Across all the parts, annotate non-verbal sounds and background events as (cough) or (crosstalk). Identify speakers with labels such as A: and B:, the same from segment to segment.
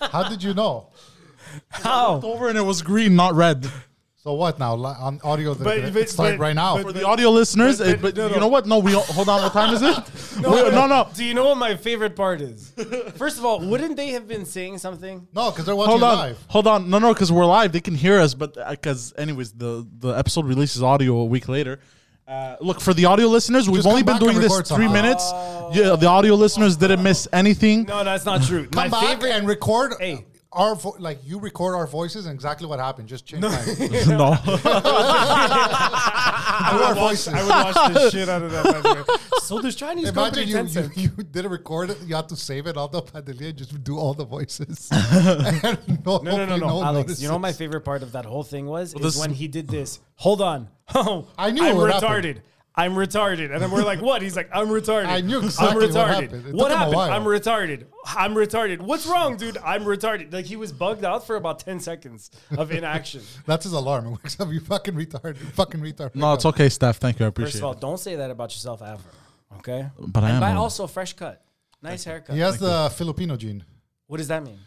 A: How did you know?
B: How?
C: Over and it was green, not red.
A: So what now? Li- On audio, the,
D: But-
A: the-
D: but-
A: it's like
D: but-
A: right now.
D: but-
C: For the audio listeners,
D: but-
C: it,
D: but-
C: but
D: no,
C: you
D: no.
C: know what? No, we hold on. What time is
D: (laughs)
C: it? We- no, no,
D: Do you know what my favorite part (laughs) is? First of all, wouldn't they have been saying something?
A: no, because they're watching
C: Hold on,
A: live.
C: hold on. No, no, because we're live. They can hear us, but because anyways, the the episode releases audio a week later. Uh, look for the audio listeners. We've
A: Just
C: only
A: come
C: been
A: back and
C: doing this
A: record
C: three
A: somehow.
C: minutes.
D: Oh.
C: Yeah, the audio listeners didn't miss anything.
D: No, that's not true.
A: Come
D: my
A: back
D: favorite.
A: and record
D: Hey.
A: our vo- like you record our voices and exactly what happened. Just change
D: (laughs)
A: time. do
C: (laughs) No,
A: our voices.
D: I would
A: (laughs)
D: watch the shit out of that. By the way. So there's Chinese
A: Imagine
D: company
A: you, you,
D: Tencent.
A: you didn't record it. You had to save it all the pandelier and just do all the
C: (laughs)
A: voices. (laughs) And no,
D: No, no, no,
A: hopefully
D: no,
A: one
D: Alex. You know what my
A: notices.
D: favorite part of that whole thing was is
C: this-
D: when he
A: (laughs)
D: did this. Hold on. (laughs) Oh,
A: I knew
D: I'm
A: what
D: retarded.
A: happened.
D: I'm retarded, and then we're like, "What?" He's like, "I'm retarded."
A: I knew exactly
D: I'm
A: what
D: retarded.
A: happened. It took
D: What
A: him a
D: happened?
A: while.
D: I'm retarded. I'm retarded. What's wrong, dude? I'm retarded. Like he was bugged out for about ten seconds
A: (laughs)
D: of inaction.
A: That's his alarm. It wakes up. You (laughs) fucking retarded. You fucking retarded.
C: no, it's okay, Steph. Thank you, I appreciate
D: First of all,
C: it.
D: don't say that about yourself ever. Okay.
C: But I
D: and
C: am
D: buy
C: one.
D: also fresh cut, nice haircut.
A: He has the Filipino gene.
D: What does that mean?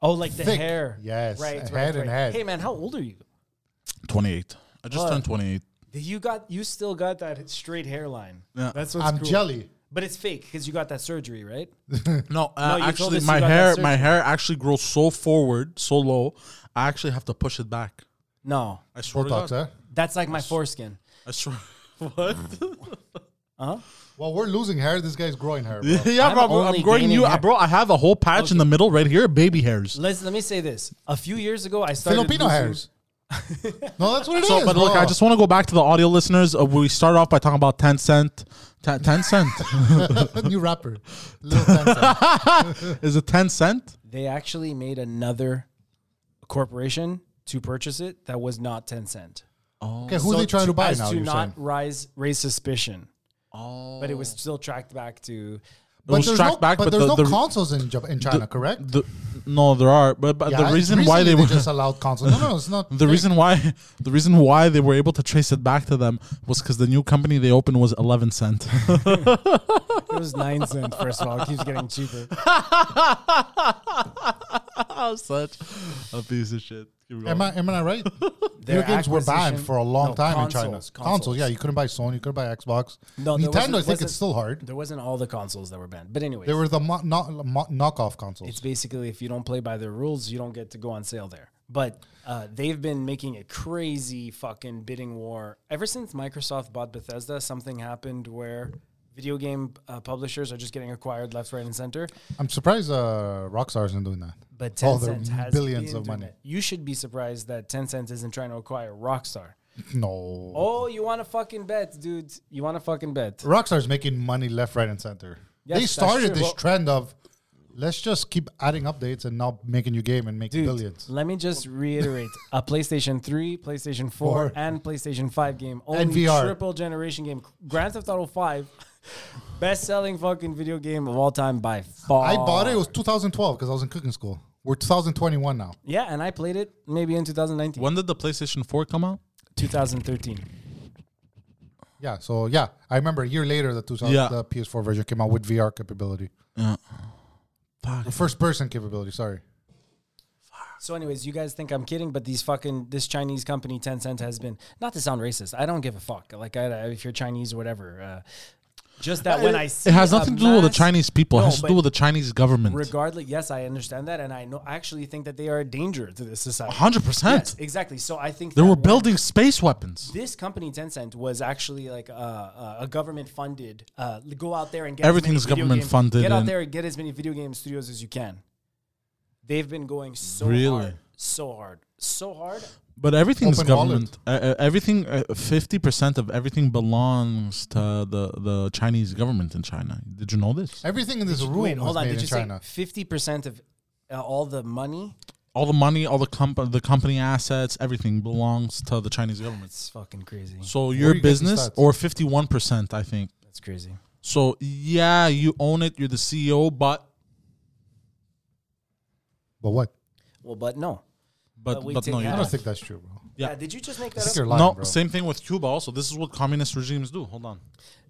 D: Oh, like the
A: Thick.
D: hair.
A: Yes,
D: Right.
A: head
D: right,
A: and
D: right.
A: head.
D: Hey man, how old are you?
C: Twenty-eight. I just
D: What?
C: turned twenty-eight.
D: You got you still got that straight hairline.
C: Yeah.
D: That's what's
A: I'm
D: cool.
A: jelly.
D: But it's fake because you got that surgery, right?
C: No,
D: No,
C: uh,
D: you told
C: actually,
D: us you
C: my
D: got that
C: hair, my
D: surgery.
C: hair actually grows so forward, so low. I actually have to push it back.
D: No,
C: I swear to
A: Botox,
C: God.
A: eh?
D: that's like my foreskin.
A: (laughs)
C: I swear. (laughs) What?
A: Well, we're losing hair. This guy's growing
C: (laughs)
A: hair. Bro.
C: yeah,
D: I'm
C: bro. I'm,
D: only
C: I'm growing
D: gaining
C: new,
D: hair.
C: bro. I have a whole patch in the middle right here, baby hairs.
D: Let's let me say this. A few years ago, I started
A: Filipino
D: losing-
A: hairs.
C: (laughs)
A: no, that's what it is.
C: So, but look,
A: bro.
C: I just want to go back to the audio listeners. Uh, we started off by talking about Tencent.
A: (laughs)
C: Ten, Tencent
A: new rapper, Lil Tencent.
C: is it Tencent?
D: They actually made another corporation to purchase it that was not Tencent.
A: Okay, who are
D: So
A: they trying to buy
D: as
A: now?
D: To
A: You're
D: not
A: saying,
D: rise raise suspicion. Oh, but it was still tracked back to.
A: but
C: was
A: there's
C: tracked
A: no,
C: back,
A: but,
C: but
A: there's
C: the-
A: no
C: the-
A: consoles in Jap- in China, correct?
C: The, no, there are, but, but
A: Yeah,
C: the reason why
A: recently
C: they, were
A: just allowed consoles. No, no, it's not.
C: (laughs) the reason why the reason why they were able to trace it back to them was because the new company they opened was
A: (laughs)
C: eleven cent.
D: It was nine cents. First of all, it keeps getting
A: (laughs)
D: cheaper.
C: Such a piece of shit. Keep going.
A: Am I am I
C: (laughs)
A: right?
D: Their
A: Video games were banned
D: acquisition-
A: for a long
D: No,
A: time in China.
D: consoles,
A: Consoles, yeah, you couldn't buy Sony, you couldn't buy Xbox.
D: No, there wasn't-
A: Nintendo, I think
D: wasn't-
A: it's still hard.
D: There wasn't all the consoles that were banned, but anyway,
A: They were the mo- no- mo- knockoff consoles.
D: it's basically if you don't play by their rules, you don't get to go on sale there. But uh, they've been making a crazy fucking bidding war ever since Microsoft bought Bethesda. Something happened where video game uh, publishers are just getting acquired left, right, and center.
A: I'm surprised uh, Rockstar isn't doing that.
D: But
A: Oh, they're
D: Tencent has
A: billions
D: the
A: of money.
D: internet. You should be surprised that Tencent isn't trying to acquire Rockstar.
A: No,
D: Oh, you want to fucking bet, dude? You want to fucking bet?
A: Rockstar's making money left, right, and center.
D: Yes,
A: they
D: that's true.
A: started this
D: Well-
A: trend of let's just keep adding updates and not make a new game and make
D: Dude,
A: billions.
D: let me just reiterate: a PlayStation 3, PlayStation 4,
A: Four.
D: and PlayStation 5 game, only
A: VR.
D: triple generation game. Grand Theft Auto 5, (laughs) best-selling fucking video game of all time by far.
A: I bought it. It was 2012 because I was in cooking school. We're 2021 now.
D: yeah, and I played it maybe in 2019,
C: when did the PlayStation Four come out?
D: 2013.
A: Yeah. So yeah, I remember a year later the 2000
C: Yeah.
A: the PS4 version came out with VR capability,
C: Fuck.
A: first person capability. Sorry.
D: So, anyways, you guys think I'm kidding, but these fucking this Chinese company Tencent has been not to sound racist. I don't give a fuck. Like, I, if you're Chinese or whatever, uh, just that when I see
C: It has
D: a
C: nothing to do with the
D: mass-
C: Chinese people. it
D: No,
C: has to
D: but-
C: do with the Chinese government.
D: regardless yes i understand that and i know I actually think that they are a danger to this society
C: 100%.
D: Yes, exactly so i think
C: they
D: that
C: were
D: when
C: building space weapons.
D: this company tencent was actually like a, a, a government funded uh, go out there and get
C: Everything's
D: as many video
C: government
D: game-
C: funded
D: get out
C: and-
D: there and get as many video game studios as you can they've been going so
C: Really?
D: hard so hard so hard
C: But everything's
A: Open
C: government. Uh, uh, everything, fifty percent of everything belongs to the the Chinese government in China. Did you know this?
A: Everything in this room
D: wait
A: was
D: hold on
A: made
D: did
A: in
D: you
A: China.
D: say 50% of uh, all the money
C: All the money, all the comp- the company assets, everything belongs to the Chinese government.
D: it's fucking crazy
C: So
A: you
C: your
A: get these
C: business,
A: stats?
C: or fifty one percent, I think.
D: that's crazy
C: So yeah, you own it. You're the CEO, but
A: but what?
D: well but no
C: but
D: But we
C: but
D: take
C: no, you
D: half.
A: I
C: don't.
A: don't think that's true, bro.
C: Yeah.
D: Yeah. Did you just make
A: I
D: that
A: think
D: up?
A: you're lying,
C: no,
A: bro.
C: same thing with Cuba. Also, this is what communist regimes do. Hold on.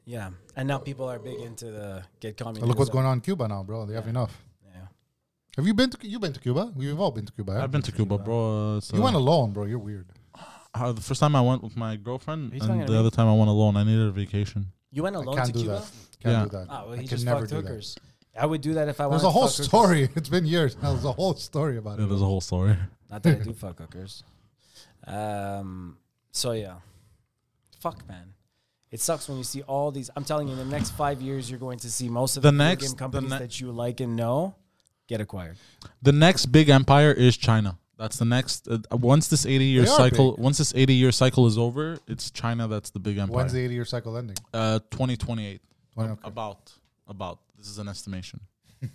D: Yeah. And now people are big into the get communism.
A: Look what's going on in Cuba now, bro. They have enough.
D: Yeah.
A: Have you been to you been to Cuba? We've all been to Cuba.
C: I've
A: haven't
C: been to Cuba, bro. Uh, it's,
A: we?
C: uh,
A: You went alone, bro. You're weird.
C: uh, the first time I went with my girlfriend,
D: Are you talking
C: and
D: to
C: the
D: me?
C: other time I went alone. I needed a vacation.
D: You went
A: I
D: alone
A: can't
D: to
A: do
D: Cuba?
A: that. Can't
C: Yeah.
A: do that.
D: Ah, well,
A: I
D: he
A: can
D: just
A: never
D: fucked
A: do that.
D: hookers. I would do that if I
A: There's
D: wanted
A: a
D: to
A: whole
D: fuck hookers.
A: story. (laughs) It's been years. Now there's a whole story about
C: It
A: it.
C: was a whole story. (laughs)
D: Not that I do fuck hookers. Um, so yeah, fuck man, it sucks when you see all these. I'm telling you, in the next five years, you're going to see most of
C: The
D: the, video
C: next-
D: game
C: the
D: companies
C: ne-
D: that you like and know get acquired.
C: The next big empire is China. That's the next. Uh, once this eighty-year
A: They are
C: cycle, once this eighty-year cycle is over, it's China that's the big empire.
A: When's the 80 year cycle
D: (laughs)
A: ending?
C: Uh, twenty twenty-eight.
A: When- okay.
C: About, about. This is an estimation. (laughs)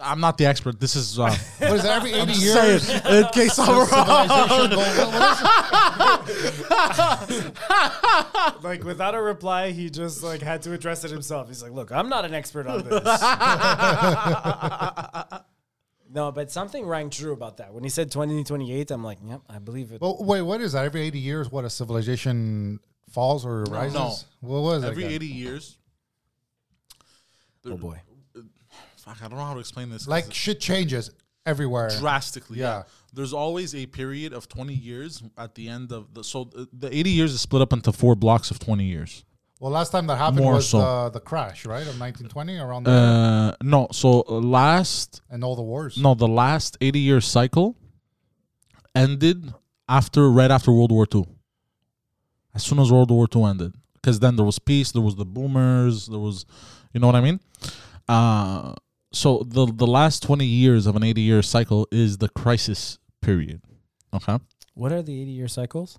C: I'm not the expert. This
A: (laughs)
C: is uh,
A: What is it? Every 80 years?
C: say
A: (laughs)
C: it in case I'm
A: civilization
D: (laughs)
A: goes- what is it?
D: Like without a reply, he just like had to address it himself. He's like, "Look, I'm not an expert on this." (laughs) no, but something rang true about that when he said 2028. I'm like, "Yep, I believe it."
A: Well, wait, what is that? Every 80 years, what a civilization falls or rises? What was it?
C: Every
A: again?
C: 80 years.
D: oh boy.
C: Fuck, I don't know how to explain this. 'cause
A: Like
C: it's
A: shit changes everywhere.
C: drastically. Yeah.
A: Yeah.
C: There's always a period of 20 years at the end of the. So uh, the 80 years is split up into four blocks of 20 years.
A: Well, last time that happened
C: More
A: was
C: so.
A: uh, the crash, right? Of 1920 around there
C: Uh, no. So uh, last.
A: and all the wars.
C: No, the last 80 year cycle ended after right after World War II. As soon as World War II ended, because then there was peace, there was the boomers, there was, you know what I mean. Uh, so the the last 20 years of an 80 year cycle is the crisis period. Okay,
D: What are the 80 year cycles?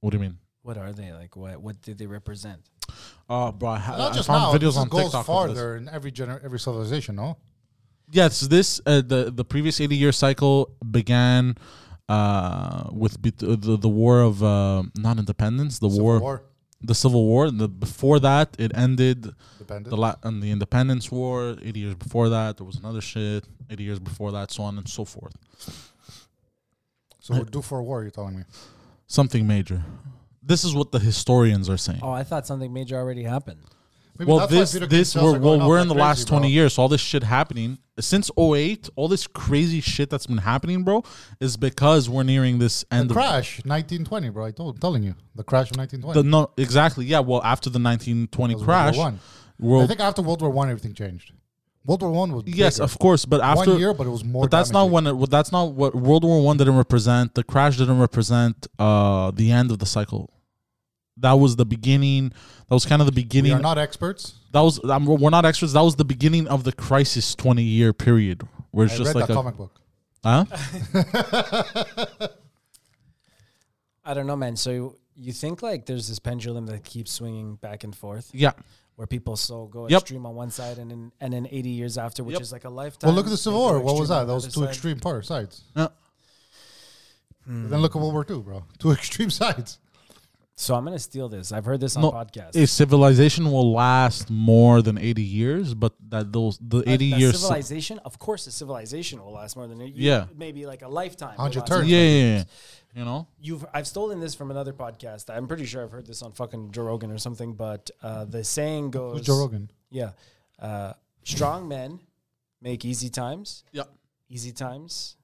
C: what do you mean?
D: What are they like? What what did they represent?
C: Uh, bro, I, ha-
A: Not
C: I
A: just now.
C: found videos
A: this
C: on
A: goes
C: TikTok. of this.
A: farther in every gener- every civilization, no?
C: Yes, this uh, the the previous eighty year cycle began uh, with bet- uh, the the war of uh, not independence, the
A: Civil
C: war,
A: war
C: the civil war. The before that, it ended
A: depended.
C: the la- and the independence war. Eighty years before that, there was another shit. Eighty years before that, so on and so forth.
A: so
C: (laughs)
A: we're due for a war, you're telling me.
C: Something major. This is what the historians are saying.
D: Oh, I thought something major already happened.
A: Maybe
C: well,
A: that's why
C: this
A: Peter
C: this
A: Kinsell's
C: we're,
A: are
C: well
A: going
C: we're
A: up
C: in the
A: like
C: last
A: crazy,
C: twenty
A: bro.
C: years. All this shit happening since 08, all this crazy shit that's been happening, bro, is because we're nearing this end
A: The
C: of
A: crash, 1920, bro. I told, I'm telling you, the crash of 1920.
C: The, no, exactly. Yeah. Well, after the 1920
A: That was
C: crash,
A: World War One. I
C: world,
A: think after World War One, everything changed. World War One was
C: yes,
A: bigger.
C: of course. But after,
A: one year, but it was more.
C: but that's not when. It, well, that's not what World War One didn't represent. The crash didn't represent uh, the end of the cycle. That was the beginning. That was kind of the
A: we
C: beginning.
A: are not experts.
C: that was um, we're not experts. That was the beginning of the crisis twenty year period, where it's
A: I
C: just
A: read
C: like
A: that
C: a
A: comic book.
C: huh.
D: I don't know, man. So you think like there's this pendulum that keeps swinging back and forth,
C: Yeah,
D: where people so go
C: Yep.
D: extreme on one side and then and then 80 years after, which
C: Yep.
D: is like a lifetime.
A: Well, look at the Civil
D: they go
A: War. What was
D: extreme
A: that?
D: on the
A: Those
D: other
A: two
D: side. Hmm.
A: extreme power sides.
C: Yeah.
A: Then look at World War Two, bro. (laughs) Two extreme sides.
D: So I'm gonna steal this. I've heard this on
C: No,
D: podcasts.
C: a civilization will last more than eighty years, but that those the
D: That-
C: eighty
D: that
C: years.
D: civilization, of course, a civilization will last more than a
C: Yeah.
D: maybe like a lifetime. will
A: 100
D: last
A: turns.
C: yeah, yeah, yeah, you know.
D: you've I've stolen this from another podcast. I'm pretty sure I've heard this on fucking Joe Rogan or something, but uh, the saying goes
A: Who's Joe Rogan?
D: Yeah. Uh, strong men make easy times.
C: Yeah.
D: Easy times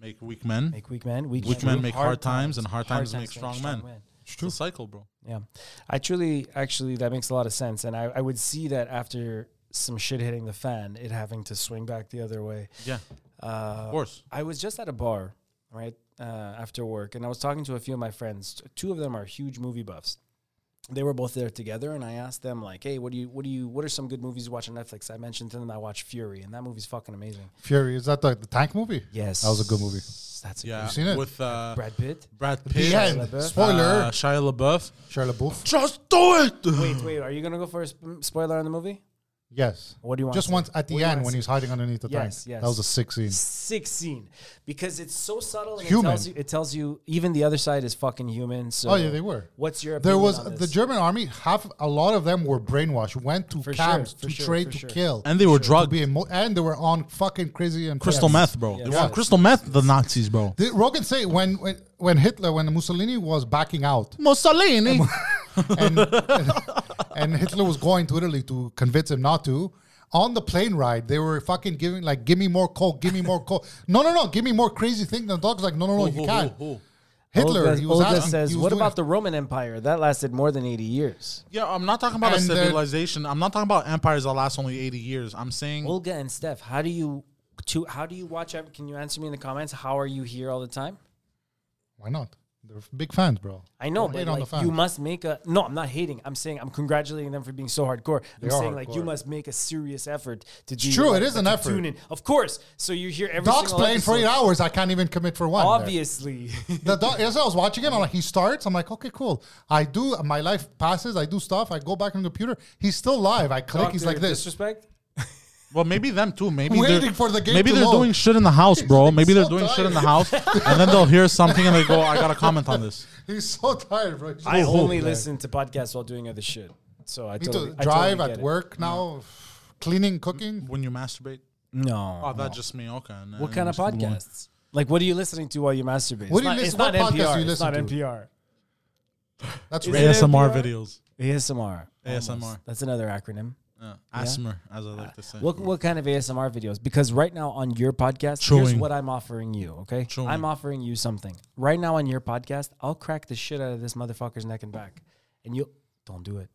C: Make weak men.
D: make weak men. Weak,
C: Weak men make hard times, and hard times make strong men.
A: It's
C: It's
A: true.
C: a cycle, bro.
D: Yeah. I truly actually that makes a lot of sense. And I, I would see that after some shit hitting the fan, it having to swing back the other way.
C: Yeah,
D: Uh,
C: of course.
D: I was just at a bar, right, uh, after work, and I was talking to a few of my friends. Two of them are huge movie buffs. They were both there together, and I asked them like, "Hey, what do you, what do you, what are some good movies you watch on Netflix?" I mentioned to them I watch Fury, and that movie's fucking amazing.
A: Fury is that the, the tank movie?
D: Yes,
A: That was a good movie.
D: That's a
C: Yeah,
A: seen it?
C: with uh, Brad,
D: Brad Pitt.
C: Pitt,
A: The end.
D: LaBeouf.
A: Spoiler.
C: uh, Shia LaBeouf.
A: Charlotte Shia LaBeouf.
C: Just do it. (sighs)
D: Wait, wait, are you gonna go for a sp- spoiler on the movie?
A: Yes.
D: What do you want?
A: Just
D: to
A: once
D: say?
A: at the
D: What do you
A: end
D: wanna
A: when
D: say?
A: he's hiding underneath the
D: Yes,
A: tank.
D: yes.
A: That was a sick scene.
D: Six scene because it's so subtle. And it
A: Human.
D: tells you. It tells you even the other side is fucking human. So
A: Oh yeah, they were.
D: What's your
A: There
D: opinion
A: was
D: on
A: the
D: this?
A: German army. Half a lot of them were brainwashed. Went to
D: For sure,
A: camps
D: for
A: to
D: sure,
A: trade
D: for
A: to
D: sure.
A: kill.
C: And they were
A: to
C: drugged.
A: be emo- and they were on fucking crazy and
C: Crystal meth, bro. They were
A: Yeah.
C: on crystal meth, the Nazis, bro.
A: Did Rogan say when, when when Hitler when Mussolini was backing out
C: Mussolini. (laughs)
A: and, and, and Hitler was going to Italy to convince him not to. On the plane ride, they were fucking giving like, "Give me more coke, give me more coke."
C: (laughs)
A: No, no, no, give me more crazy thing. The dog's like, "No, no, no, you can't." Hitler,
D: Olga,
A: he was
D: Olga
A: asking-
D: says,
A: he was
D: "What
A: doing
D: about
A: it."
D: the Roman Empire? That lasted more than eighty years."
C: Yeah, I'm not talking about a
A: And the-
C: civilization. I'm not talking about empires that last only 80 years. I'm saying
D: Olga and Steph, how do you to how do you watch? ev- Can you answer me in the comments? How are you here all the time?
A: Why not? They're big fans, bro.
D: I know,
A: Don't hate
D: but
A: on the
D: like,
A: fans.
D: you must make a no. I'm not hating. I'm saying I'm congratulating them for being so hardcore. I'm
A: are
D: saying like you
A: hardcore.
D: must make a serious effort to do.
A: true,
D: your-
A: it is an
D: to
A: effort.
D: Tune in, of course. So you hear every
A: Dog's
D: single
A: playing for eight
D: episode.
A: hours. I can't even commit for one. there.
D: Obviously, (laughs)
A: The dog, as I was watching it, I'm like, he starts. I'm like, okay, cool. I do. My life passes. I do stuff. I go back on the computer. He's still live. I click. he's
D: Doctor
A: like this.
D: Disrespect.
C: Well, maybe them too. Maybe
A: Waiting
C: they're-
A: for the game
C: Maybe
A: to
C: they're
A: load.
C: doing shit in the
A: (laughs)
C: house, bro. Maybe they're
A: so
C: doing shit in the
A: tired.
C: house, and then they'll hear something and they go, "I gotta comment on this."
A: He's so tired, bro. He's
D: I
A: so
D: only
A: tired.
D: listen to podcasts while doing other shit. So I
A: Me too.
D: totally, I
A: drive at
D: totally get it.
A: work now, cleaning, cooking.
C: When you masturbate,
D: No.
C: oh, that's just me. Okay. and
D: What
C: then
D: kind of
C: just keep going.
D: podcasts? Like, what are you listening to while you masturbate?
A: What do you
D: It's
A: listen-
D: not-
A: what podcast
D: It's not NPR.
A: do you
D: it's not
A: listen to?
D: NPR.
A: That's
D: Is
A: rare.
D: it-
C: ASMR
D: ASMR?
C: videos.
D: ASMR.
C: ASMR.
D: Almost. That's another acronym.
C: Yeah. ASMR, as I like to say.
D: What what kind of ASMR videos? Because right now on your podcast, here's
C: Chewing.
D: what I'm offering you. Okay,
C: Chewing.
D: I'm offering you something right now on your podcast. I'll crack the shit out of this motherfucker's neck and back, and you don't do it,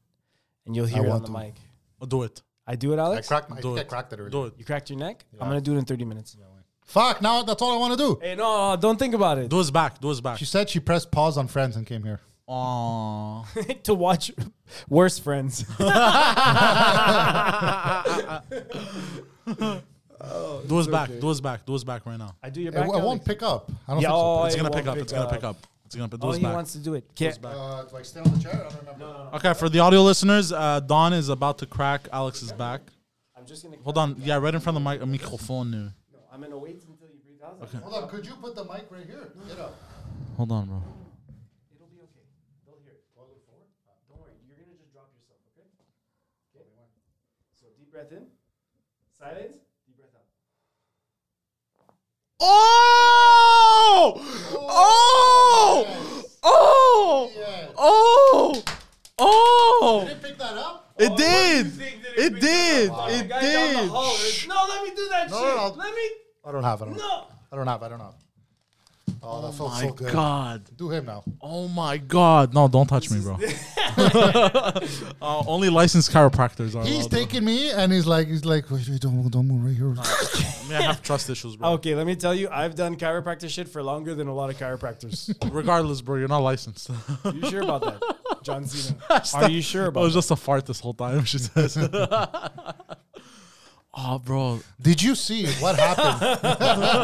D: and you'll hear it on
A: want
D: the
A: to.
D: mic.
C: Oh, do it.
D: I do it,
A: I
D: Alex.
A: cracked. My, I
C: Do
A: think I
C: it.
A: cracked it earlier.
C: Do it.
D: you cracked your neck. I'm gonna do it in 30 minutes.
A: Fuck. Now that's all I want to do.
D: Hey, no, no, don't think about it.
C: Do his back. Do his back.
A: She said she pressed pause on Friends and came here.
D: (laughs)
C: Aww.
D: (laughs) to watch Worse Friends.
C: Do his back. Do his back. Do his back right now.
D: (laughs) I do your
A: It,
D: back.
A: it won't
D: Alex.
A: pick up. I don't
D: Yeah,
A: think so.
D: oh,
C: It's
D: it
C: gonna
D: won't
C: pick up. It's gonna pick up. It's gonna do
D: Oh,
C: his
D: he
C: back.
D: wants to do it. Can't-
A: Uh, like stay on the chair. I don't remember.
C: Okay, for the audio listeners, uh, Don is about to crack Alex's back.
D: I'm just gonna.
C: Hold on. Yeah, right in front of the mic- uh, microphone. Now.
D: I'm gonna wait until you breathe out.
A: Hold on. Could you put the mic right here? Get up.
C: Hold on, bro.
D: It'll be okay. They'll hear it. Uh, Don't worry. You're gonna just drop yourself, okay? Okay. So deep breath in. Silence. Deep breath out.
C: Oh! Oh! Oh! Oh! Oh!
A: Did it pick that up?
C: It did! It did! It did!
D: No, let me do that
A: No,
D: shit.
A: no, no.
D: Let me.
A: I don't have. I don't. Have.
D: No.
A: I don't have. I don't have. Oh, that felt so
C: My
A: good.
C: God!
A: Do him now.
C: Oh my God! No, don't touch me, bro. (laughs) uh, only licensed chiropractors are.
A: He's
C: allowed, bro.
A: taking me, and he's like, he's like, wait, wait, don't, move, don't move right here.
C: I mean, I have trust issues, bro.
D: Okay, let me tell you, I've done chiropractor shit for longer than a lot of chiropractors.
C: Regardless, bro, you're not licensed.
D: (laughs)
C: (laughs)
D: you sure about (laughs) that, John Cena? Are you sure
C: I
D: about
C: was just a fart this whole time. (laughs) She says. oh, bro.
A: (laughs) Did you see what happened? (laughs)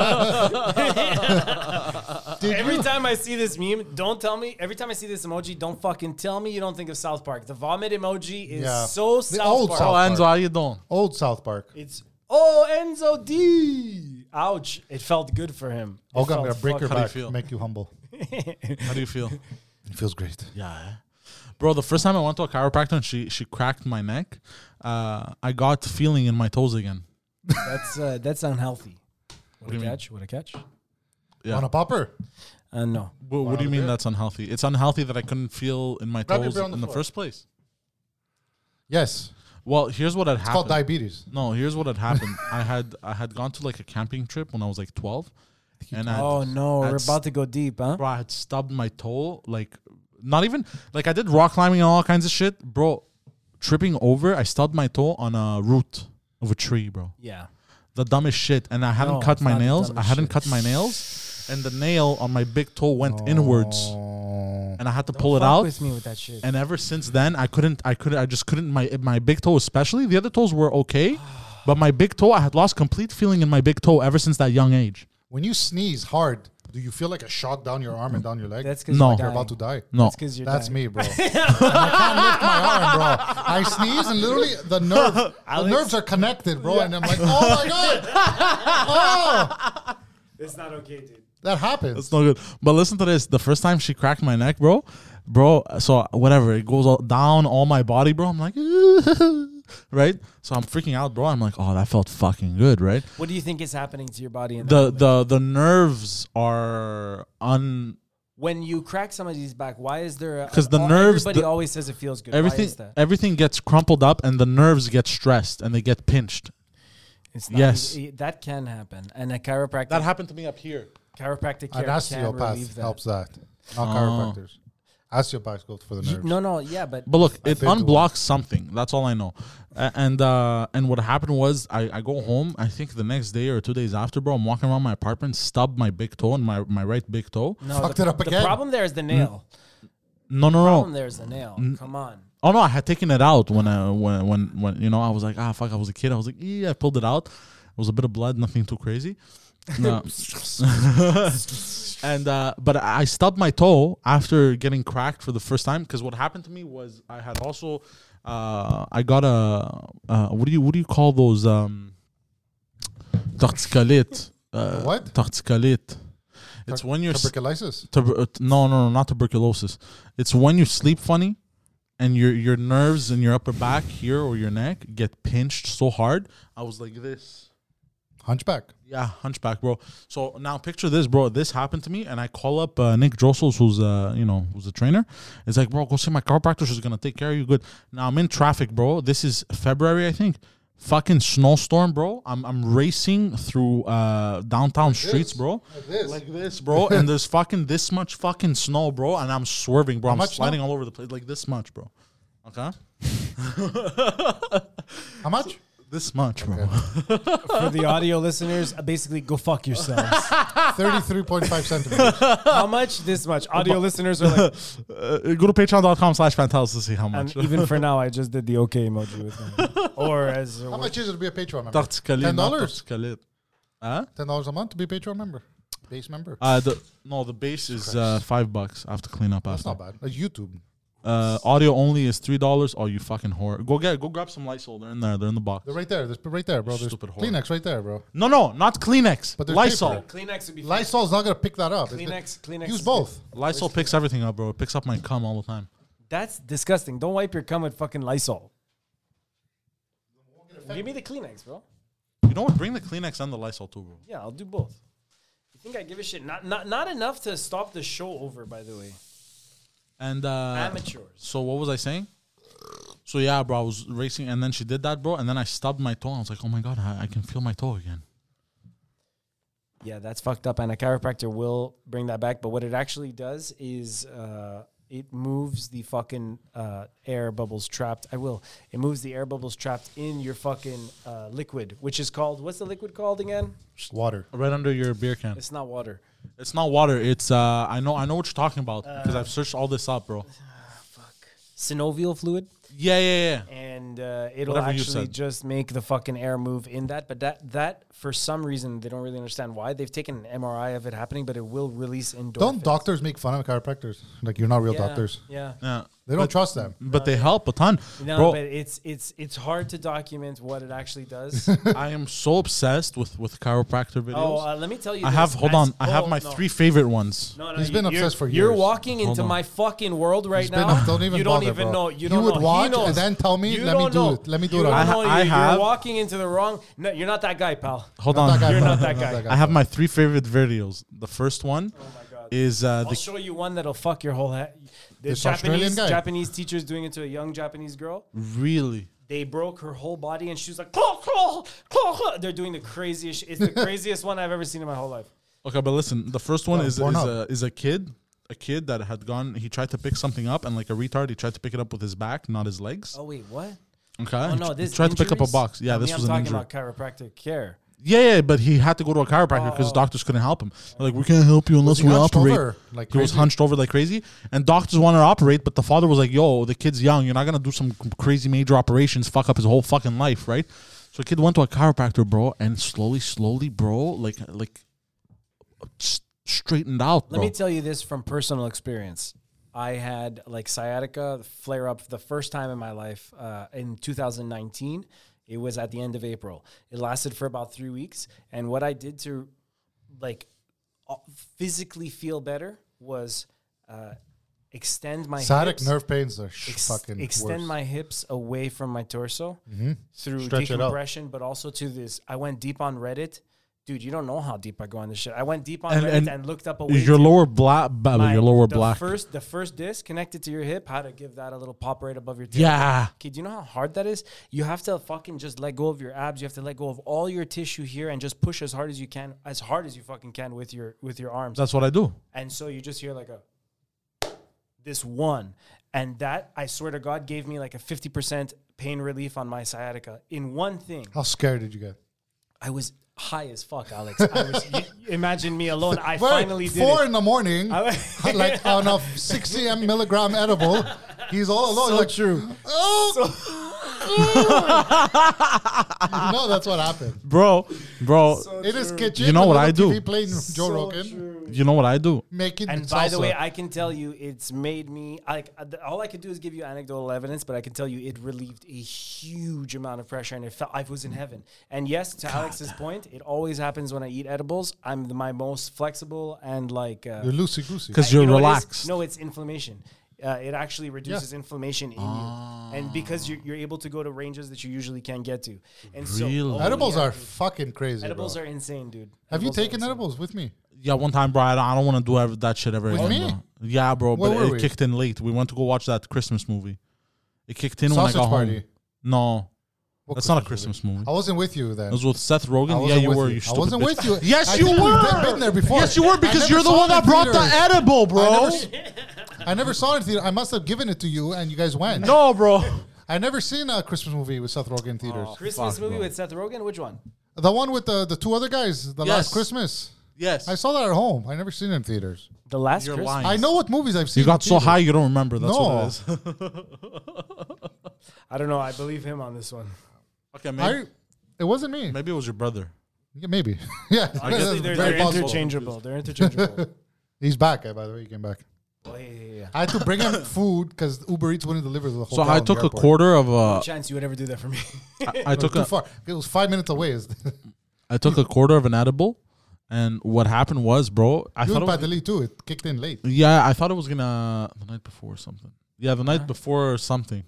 A: Did
D: Every
A: you-
D: time I see this meme, don't tell me. Every time I see this emoji, don't fucking tell me you don't think of South Park. The vomit emoji is
A: Yeah.
D: so
A: The
D: South
A: old
D: Park.
C: Oh,
A: South-
C: Enzo, how you doing?
A: Old South Park.
D: It's oh Enzo D. Ouch! It felt good for him. It
A: Oh, God, I'm gonna
D: felt
A: break your
D: fucking-
C: How do you
A: back,
C: feel?
A: make you humble.
C: How do you feel?
A: It feels great.
C: Yeah. eh? Bro, the first time I went to a chiropractor and she she cracked my neck, uh, I got feeling in my toes again.
D: That's uh, that's unhealthy. What,
C: do
D: a
C: you mean?
D: catch! What a catch!
C: Yeah.
A: On a popper.
D: Uh, no,
C: Wha- what do you mean that's unhealthy? It's unhealthy that I couldn't feel in my
A: Grab your
C: toes
A: beer on the
C: in the
A: floor.
C: first place.
A: Yes.
C: Well, here's what had
A: It's called
C: happened.
A: diabetes.
C: no, here's what had happened. I had I had gone to like a camping trip when I was like 12, and I
D: oh no, we're
C: that's-
D: about to go deep, huh?
C: bro, I had stubbed my toe. Like, not even like I did rock climbing and all kinds of shit, bro. Tripping over, I stubbed my toe on a root of a tree, bro.
D: Yeah,
C: The dumbest shit. And I hadn't
D: No,
C: cut
D: it's
C: my
D: not the
C: nails. I
D: dumbest
C: hadn't
D: shit.
C: cut my nails, and the nail on my big toe went inwards, and I had to pull it
D: Fuck
C: out.
D: with me with that shit.
C: And ever since then, I couldn't. I could. I just couldn't. My my big toe, especially the other toes, were
D: (sighs)
C: okay, but my big toe, I had lost complete feeling in my big toe ever since that young age.
A: When you sneeze hard, Do you feel like a shot down your arm and down your leg?
D: That's because
C: No.
D: you're,
A: you're
D: dying.
A: about to die.
C: No,
D: That's because you're.
A: That's
D: dying.
A: me, bro. I can't lift my arm, bro. I sneeze and literally the nerve, the
B: Alex-
A: nerves are connected, bro. And I'm like, oh my god, oh,
D: It's not okay, dude.
A: that happens.
C: It's no good. But listen to this. The first time she cracked my neck, bro, bro. So whatever, it goes all down all my body, bro. I'm like, (laughs) right. So I'm freaking out, bro. I'm like, oh, that felt fucking good, right?
D: What do you think is happening to your body? In that
C: The
D: moment?
C: the the nerves are un.
D: when you crack somebody's back, why is there?
C: 'Cause the
D: all-
C: nerves-
D: Everybody
C: the-
D: always says it feels good. Why
C: Everything
D: is that?
C: everything gets crumpled up, and the nerves get stressed, and they get pinched.
D: It's
C: Yes.
D: easy. that can happen, and a chiropractic
C: That happened to me up here.
D: chiropractic care
A: An
D: can relieve
A: osteopath
D: that.
A: helps that, not chiropractors. Osteopaths go for the
D: You-
A: nerves.
D: no, no, yeah, but
C: But look, it
A: been to one.
C: unblocks something. That's all I know. A- And uh, and what happened was I, I go home. I think the next day or two days after, bro, I'm walking around my apartment, stub my big toe and my, my right big toe.
D: no,
A: fucked
D: the,
A: it up
D: the
A: again.
D: problem there is the nail.
C: No, no,
D: problem
C: no.
D: there is the nail. Come on.
C: Oh no, I had taken it out when I when when when you know I was like ah fuck I was a kid. I was like yeah, I pulled it out. It was a bit of blood, nothing too crazy. No. and uh, but I stubbed my toe after getting cracked for the first time because what happened to me was I had also uh, I got a uh, what do you what do you call those um torticolite uh,
A: What?
C: torticolite it's when you're s-
A: Tuberculosis.
C: tuber- uh, t- no no no not tuberculosis it's when you sleep funny and your your nerves in your upper back here or your neck get pinched so hard I was like this.
A: Hunchback.
C: Yeah, hunchback, bro. So now picture this, bro. This happened to me, and I call up uh, Nick Drossels, who's uh, you know, who's a trainer. It's like, bro, go see my chiropractor. She's gonna take care of you. Good. Now I'm in traffic, bro. This is February, I think. Fucking snowstorm, bro. I'm I'm racing through uh downtown streets, bro. Like
A: this.
C: bro.
A: (laughs)
C: and there's fucking this much fucking snow, bro. And I'm swerving, bro. I'm
A: much snow?
C: sliding all over the place, like this much, bro. Okay,
A: How much?
C: this much, bro.
D: For the audio listeners, uh, basically, go fuck yourselves.
A: Thirty-three point five centimeters.
D: (laughs) How much? This much. Audio listeners are (laughs) like,
C: (laughs) Uh, go to patreon.com/slash fantels to see how much.
D: and even for now, I just did the okay emoji with
A: (laughs)
D: them. Or as
A: How much is it to be a Patreon member?
C: Tartskalit,
A: Ten
C: not
A: dollars.
C: Tartskalit.
A: Ten dollars a month to be a Patreon member. Base member.
C: Uh, the, no, the base is uh, five bucks. I have to clean up
A: That's
C: after.
A: not bad. Like YouTube.
C: Uh, audio only is three dollars. Oh, you fucking whore! Go get, go grab some Lysol. They're in there. They're in the box.
A: They're right there. There's right there, bro. There's
C: Stupid whore.
A: Kleenex right there, bro.
C: No, no, not
A: But
C: Kleenex. But
A: there's
C: Lysol.
A: paper.
D: Kleenex would be
A: Lysol's not gonna pick that up. It's-
D: Kleenex- Kleenex
A: Use
D: is
A: both.
C: Lysol picks everything up, bro. It picks up my cum all the time.
D: That's disgusting. Don't wipe your cum with fucking Lysol. Give me the Kleenex, bro.
C: You know what? Bring the Kleenex and the Lysol too, bro.
D: Yeah, I'll do both. You think I give a shit? Not not not enough to stop the show over. By the way,
C: And uh,
D: amateurs.
C: so what was I saying? So yeah, bro, I was racing, and then she did that, bro, and then I stubbed my toe. I was like, oh my god, I, I can feel my toe again.
D: Yeah, that's fucked up. And a chiropractor will bring that back. But what it actually does is uh, it moves the fucking uh, air bubbles trapped. I will. It moves the air bubbles trapped in your fucking uh, liquid, which is called what's the liquid called again?
A: Water.
C: Right under your beer can.
D: It's not water.
C: It's not water. It's uh, I know, I know what you're talking about because I've searched all this up, bro.
D: Synovial fluid.
C: Yeah, yeah, yeah.
D: and uh, it'll
C: Whatever you
D: actually
C: said.
D: just make the fucking air move in that. But that that for some reason they don't really understand why they've taken an MRI of it happening, but it will release endorphins.
A: Don't doctors make fun of chiropractors? Like you're not real
D: Yeah,
A: doctors. (laughs)
D: Yeah.
C: Yeah.
A: They don't trust them.
C: But they help a ton.
D: No,
C: Bro,
D: but it's it's it's hard to document what it actually
A: (laughs)
D: does.
C: I am so obsessed with with chiropractor videos.
D: oh, uh, let me tell you.
C: I
D: this.
C: have hold
D: As-
C: on. I have
D: oh,
C: my
D: no.
C: three favorite ones.
D: No, no,
A: He's been
D: you- you're-
A: obsessed for
D: You're
A: years.
D: walking into
C: on.
D: my fucking world right
A: He's been-
D: now.
A: (laughs) don't even
D: you don't
A: bother,
D: even
A: bro.
D: know. You
A: You
D: don't
A: would
D: know. He
A: watch
D: knows.
A: and then tell me,
D: You
A: let me
D: don't
A: do
D: know.
A: it. Let me do
D: You
A: it.
D: don't
A: I
C: ha-
D: know.
C: I
D: You're-
C: have-
D: You're walking into the wrong. No, you're not that guy, pal.
C: Hold
A: Not
C: on.
A: that guy,
D: You're
A: bro.
D: not that guy.
C: I have my three favorite videos. The first one
D: God.
C: is uh,
D: I'll
C: the
D: show you one that'll fuck your whole head. The
A: This
D: Japanese
A: Australian guy.
D: Japanese teacher's doing it to a young Japanese girl.
C: Oh. really.
D: They broke her whole body, and she was like, claw, claw, claw, claw. They're doing the craziest. sh- It's
C: (laughs)
D: the craziest one I've ever seen in my whole life.
C: Okay, but listen. The first one
A: Oh,
C: is is
A: born up.
C: a, is a kid, a kid that had gone. He tried to pick something up, and like a retard, he tried to pick it up with his back, not his legs.
D: Oh wait, what?
C: Okay.
D: Oh
C: He
D: no,
C: tr-
D: this
C: tried to pick up a
D: injuries?
C: box. Yeah,
D: I
C: this
D: mean,
C: was
D: I'm
C: an
D: talking
C: injury.
D: about chiropractic care.
C: Yeah, yeah, but he had to go to a chiropractor
D: Oh.
C: because doctors couldn't help him. They're like, we can't help you unless
A: he
C: we
A: hunched
C: operate.
A: over like
C: he was
A: crazy?
C: hunched over like crazy, and doctors wanted to operate, but the father was like, "Yo, the kid's young. You're not gonna do some c- crazy major operations. Fuck up his whole fucking life, right?" So, kid went to a chiropractor, bro, and slowly, slowly, bro, like, like, just straightened out,
D: Let
C: bro.
D: me tell you this from personal experience. I had like sciatica flare up the first time in my life uh, in 2019. It was at the end of April. It lasted for about three weeks. And what I did to like uh, physically feel better was uh, extend my
A: Sciatic
D: hips,
A: nerve pains are sh-
D: ex-
A: fucking
D: extend
A: worse. Mm-hmm.
D: my hips away from my torso through
A: Stretch it out.
D: decompression, but also to this. I went deep on Reddit. Dude, you don't know how deep I go on this shit. I went deep on
C: And-
D: Reddit
C: and
D: and looked up a way
C: Is your
D: to-
C: lower black,
D: my-
C: your lower
D: the
C: black.
D: First, the first disc connected to your hip, how to give that a little pop right above your tail.
C: yeah,
D: Okay, do you know how hard that is? You have to fucking just let go of your abs. You have to let go of all your tissue here and just push as hard as you can, as hard as you fucking can with your with your arms.
C: that's what I do.
D: And so you just hear like a this one. And that I swear to God gave me like a 50% pain relief on my sciatica in one thing.
A: How scared did you get?
D: I was high as fuck, Alex. I was, you,
C: (laughs)
D: imagine me alone. I
A: Well,
D: finally did
A: four
D: it.
A: in the morning,
D: I-
A: (laughs)
D: (laughs)
A: like on a 60 m milligram edible. He's all alone. like,
C: true,
A: oh, no, that's what happened.
C: bro, bro.
A: In his kitchen,
C: You know
A: the
C: what I
A: little
C: do?
A: TV playing Joe
D: So
A: Rogan,
D: true.
C: you know what I do?
A: making
D: And by the
A: salsa.
D: way, I can tell you, it's made me like uh, th- all I can do is give you anecdotal evidence, but I can tell you it relieved a huge amount of pressure, and it felt I
C: Mm.
D: was in heaven. And yes, to Alex's point, it always happens when I eat edibles. I'm the, my most flexible and like uh,
A: you're loosey goosey.
C: Because
D: I-
C: you're
D: you know what it is?
C: relaxed.
D: No, it's inflammation. Uh, it actually reduces inflammation in you, and because you're, you're able to go to ranges that you usually can't get to. And
C: Really?
D: so oh,
A: Edibles
D: yeah.
A: are fucking crazy.
D: edibles
A: bro.
D: are insane, dude.
A: Have you
D: are
A: taken
D: insane.
A: edibles with me?
C: Yeah, one time, bro. I don't, want to do ever, that shit ever
A: With
C: again.
A: me?
C: Bro. Yeah, bro.
A: Where were
C: but it
A: we?
C: kicked in late. We went to go watch that Christmas movie. It kicked in
A: Sausage
C: when I got
A: party.
C: home. No,
A: What
C: that's not a Christmas movie.
A: I wasn't with you then.
C: It was with Seth
A: I
C: Rogen. Yeah,
A: wasn't
C: you
A: with
C: were.
A: you.
C: You
A: I
C: stupid
A: wasn't
C: bitch.
A: with you.
C: (laughs) Yes,
A: I
C: you
A: think we've
C: were.
A: been there before.
C: Yes, you
A: I
C: were because
A: never
C: you're the
A: saw
C: one
A: it in
C: that brought the
A: theaters.
C: edible, bro.
A: I never, I never saw it in theater. I must have given it to you, and you guys went.
C: No, bro.
A: I never seen a Christmas movie with Seth Rogen in theaters.
D: Christmas
C: Fuck,
D: movie
C: bro.
D: with Seth Rogen? Which one?
A: The one with the, the two other guys, the last
C: Yes.
A: Christmas.
C: Yes,
A: I saw that at home. I never seen it in theaters.
D: The last
C: you're
D: Christmas.
C: lying.
A: I know what movies I've seen.
C: You got
A: in
C: so
A: theaters.
C: high you don't remember. That's what
A: No.
C: it is.
D: I don't know. I believe him on this one.
C: okay,
A: I,
C: maybe,
A: it wasn't me. Maybe.
C: maybe it was your brother.
A: Yeah, maybe. (laughs) yeah,
D: Honestly,
A: that's
D: they're,
A: very
D: they're
A: possible.
D: interchangeable. They're interchangeable.
A: (laughs) He's back. eh, by the way, he came back.
D: oh, yeah, yeah, yeah.
A: I had to bring him (laughs) food because Uber Eats wouldn't deliver to the whole.
C: So I took a
A: (laughs)
C: quarter of
A: Uh,
C: a.
D: Chance you would ever do that for me.
C: I took
A: Too
C: a.
A: far. It was five minutes away. (laughs) Is
C: I took a quarter of an edible, and what happened was, bro, I
A: you and
C: thought it was,
A: Padeli too. It kicked in late.
C: yeah, I thought it was gonna the night before or something. Yeah, the night before or something.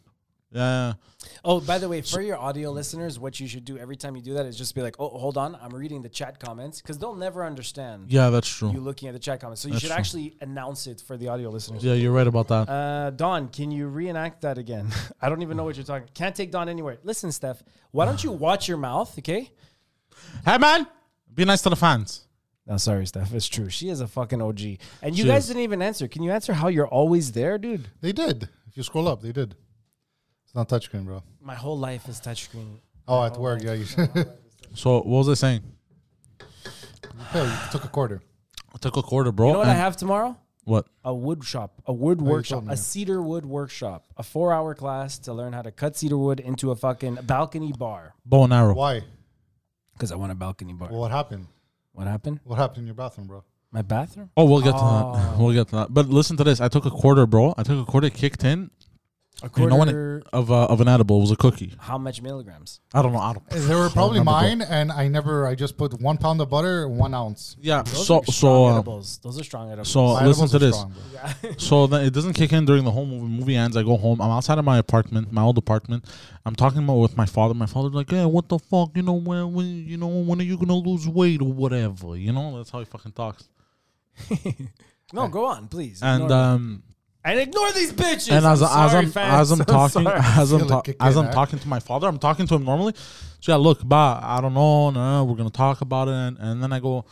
C: Yeah,
D: (laughs) oh, by the way, for your audio listeners, what you should do every time you do that is just be like, "Oh, hold on, I'm reading the chat comments," because they'll never understand
C: yeah, that's
D: you
C: true.
D: looking at the chat comments. So you
C: That's
D: should
C: true.
D: actually announce it for the audio listeners.
C: Yeah, you're right about that.
D: Uh, Don, can you reenact that again? (laughs) I don't even know what you're talking. Can't take Don anywhere. Listen, Steph, why don't (sighs) you watch your mouth? Okay.
C: Hey, man, be nice to the fans.
D: No, sorry, Steph. It's true. She is a fucking OG. And you
C: She
D: guys
C: is.
D: didn't even answer. Can you answer how you're always there, dude?
A: They did. If you scroll up, they did. It's not touchscreen, bro.
D: My whole life is touchscreen.
A: Oh, at work, yeah. You, (laughs)
C: So what was I saying?
A: yeah, you took a quarter.
C: I took a quarter, bro.
D: You know what I
C: and-
D: have tomorrow?
C: What?
D: A wood shop, a wood workshop,
A: told me
D: a
A: that.
D: cedar wood workshop, a four hour class to learn how to cut cedar wood into a fucking balcony bar.
C: Bow and arrow.
A: Why?
D: Because I want a balcony bar.
A: What happened?
D: What happened?
A: What happened in your bathroom, bro?
D: My bathroom?
C: Oh, we'll get to that. (laughs) We'll get to that. But listen to this. I took a quarter, bro. I took a quarter, kicked in.
D: A
C: You
D: quarter.
C: know when it- of a, of an edible it was a cookie.
D: how much milligrams?
C: I don't know. I don't.
A: They were probably
C: remember, bro.
A: mine, and I never. I just put one pound of butter, one ounce.
C: Yeah.
D: Those
C: so
D: are
C: so
D: strong
C: uh,
D: edibles. Those are strong edibles.
C: so
A: My
C: listen
A: edibles
C: to
A: are
C: this.
A: strong, bro.
C: So then it doesn't kick in during the whole movie. Movie ends. I go home. I'm outside of my apartment, my old apartment. I'm talking about with my father. My father's like, "Yeah, what the fuck? You know when? When you know when are you gonna lose weight or whatever? You know that's how he fucking talks."
D: no, go on, please.
C: And
D: Ignore me.
C: um,
D: and ignore these bitches.
C: and as,
D: I'm
C: as
D: sorry,
C: I'm
D: fans.
C: as I'm talking
D: sorry.
C: (laughs) as I'm
A: Feel it
C: ta-
A: kick
C: as
A: in,
C: I'm
A: eh?
C: talking to my father, I'm talking to him normally. So yeah, look, ba, I don't know. Nah, we're gonna talk about it, and, and then I go,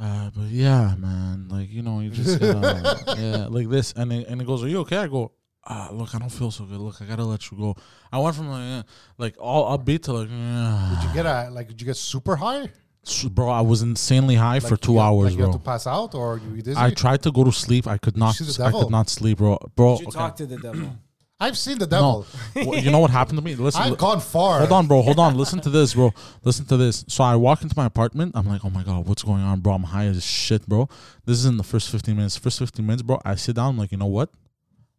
C: uh, but yeah, man, like you know, you
D: (laughs)
C: just gotta, yeah, like this, and it, and it goes, are you okay? I go. Uh, look, I don't feel so good. Look, I gotta let you go. I went from like, eh, like all upbeat to like, eh.
A: Did you get a like? Did you get super high Like,
C: bro. I was insanely high for two
A: you-
C: hours,
A: Like you
C: bro.
A: have to pass out, or you dizzy?
C: I tried to go to sleep. I could not.
A: see the
C: I
A: devil?
C: could not sleep, bro. Bro,
D: You
C: okay. (clears throat)
D: talk to the devil.
A: I've seen the
C: No,
A: devil.
C: Wha- you know what
D: (laughs)
C: happened to me? Listen,
A: I've gone far.
C: Hold on, bro. Hold on. Listen to this, bro. Listen to this. So I walk into my apartment. I'm like, oh my god, what's going on, bro? I'm high as shit, bro. This is in the first 15 minutes. First 15 minutes, bro. I sit down. I'm like, you know what?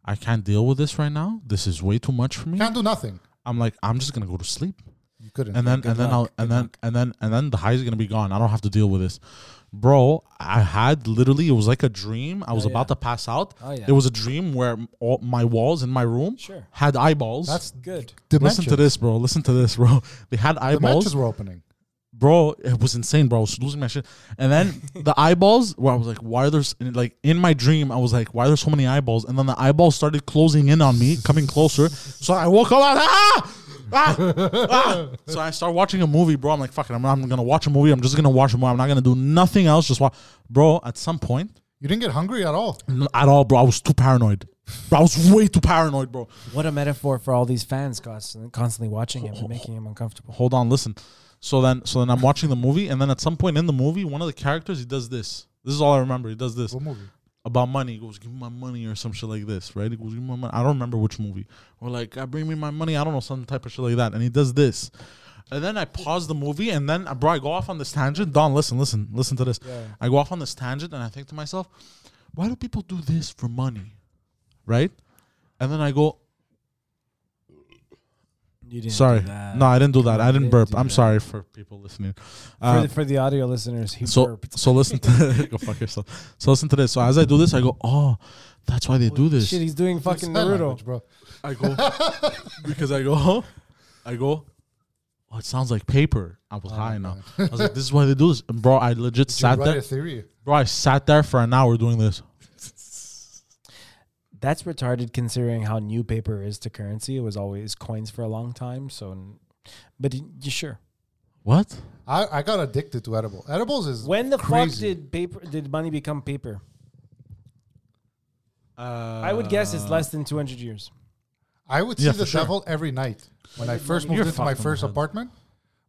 C: I can't deal with this right now. This is way too much for me.
A: Can't do nothing.
C: I'm like, I'm just gonna go to sleep.
A: You couldn't.
C: And then and then I'll and then and then and then the high is gonna be gone. I don't have to deal with this. Bro, I had literally it was like a dream. I was
D: Oh, yeah.
C: about to pass out.
D: Oh, yeah.
C: It was a dream where all my walls in my room
D: Sure.
C: had eyeballs.
A: That's
D: Good.
A: dimensions.
C: Listen to this, bro. Listen to this, bro. (laughs) They had eyeballs,
A: Dimensions were opening.
C: bro. It was insane, bro. I was losing my shit. And then the eyeballs, where I was like, why are there s- and, like in my dream? I was like, why are there so many eyeballs? And then the eyeballs started closing in on me, coming closer. So I woke up. I was like, ah! Ah! ah! So I start watching a movie, bro. I'm like, fuck it. I'm not gonna watch a movie. I'm just gonna watch a movie. I'm not gonna do nothing else. Just watch, bro. At some point,
A: You didn't get hungry at all.
C: n- at all, bro. I was too paranoid. Bro, I was way too paranoid, bro.
D: What a metaphor for all these fans constantly, constantly watching him and making him uncomfortable.
C: hold on, listen. So then, so then I'm watching the movie, and then at some point in the movie, one of the characters he does this. This is all I remember. He does this
A: What movie?
C: about money. He goes, "Give me my money" or some shit like this, right? He goes, "Give me my money." I don't remember which movie. Or like, "I bring me my money." I don't know some type of shit like that. And he does this, and then I pause the movie, and then uh, bro, I go off on this tangent. Don, listen, listen, listen to this. I go off on this tangent, and I think to myself, "Why do people do this for money?" Right? And then I go,
D: You didn't
C: "Sorry,
D: do that.
C: no, I didn't do that. I
D: you
C: didn't
D: didn't
C: burp.
D: do
C: I'm
D: that.
C: sorry for people listening."
D: for,
C: Uh,
D: the, for the audio listeners, he
C: so
D: burped.
C: so listen to (laughs) go fuck yourself. So listen to this. So as I do this, I go, oh, that's why they do this.
D: Shit, he's doing fucking
A: Sign
D: Naruto.
A: language, bro.
C: I go because I go, (laughs) huh? I go. Oh, it sounds like paper. I was high now. I was like, this is why they do this, and bro. I legit
A: Oh, You
C: sat
A: write
C: there,
A: a theory.
C: bro. I sat there for an hour doing this.
D: That's retarded considering how new paper is to currency. It was always coins for a long time. So, n- but y- you sure?
C: What?
A: I, I got addicted to edible. Edibles is
D: When the fuck
A: crazy.
D: did paper did money become paper?
C: Uh,
D: I would guess it's less than 200 years.
A: I would see
C: Yeah, for
A: the
C: sure.
A: devil every night when I first
C: money-
A: moved
C: You're
A: into my
C: fucked in the
A: first
C: head.
A: apartment.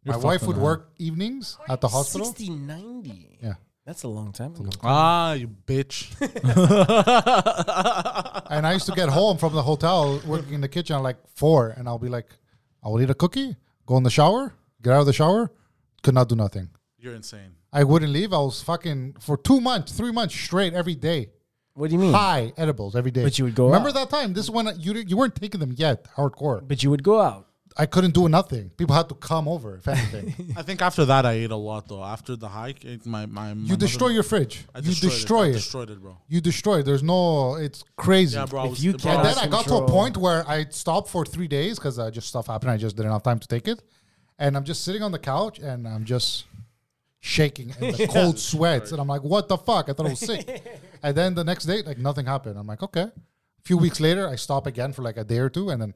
C: You're
A: my wife
C: fucked in
A: would
C: the head.
A: work evenings at
D: (laughs)
A: the hospital.
D: 60, 90.
A: Yeah,
D: That's a long time ago.
C: Ah, you
A: (laughs)
C: bitch.
A: and I used to get home from the hotel working in the kitchen at like four, and I'll be like, I will eat a cookie, go in the shower, get out of the shower, could not do nothing.
C: You're insane.
A: I wouldn't leave. I was fucking for two months, three months straight every day.
D: What do you mean?
A: High edibles every day.
D: But you would go
A: Remember
D: out.
A: that time? This is when you didn't- you weren't taking them yet, hardcore.
D: But you would go out.
A: I couldn't do nothing. People had to come over
C: (laughs)
A: if anything.
C: I think after that, I ate a lot though. After the hike, it, my my, my
A: you destroy your fridge. you destroy
C: it. I
A: it.
C: Destroyed it, bro.
A: You destroy it. There's no. It's crazy.
C: Yeah, bro. I
D: If
C: was-
D: you
C: bro,
D: can't-
A: And
C: was-
A: then I got to a
D: Control.
A: point where I stopped for three days because uh, just stuff happened. I just didn't have time to take it, and I'm just sitting on the couch and I'm just shaking in
C: (laughs)
A: the cold sweats, and I'm like, "What the fuck?" I thought I was sick. and then the next day, like nothing happened. I'm like, "Okay." A few weeks later, I stop again for like a day or two, and then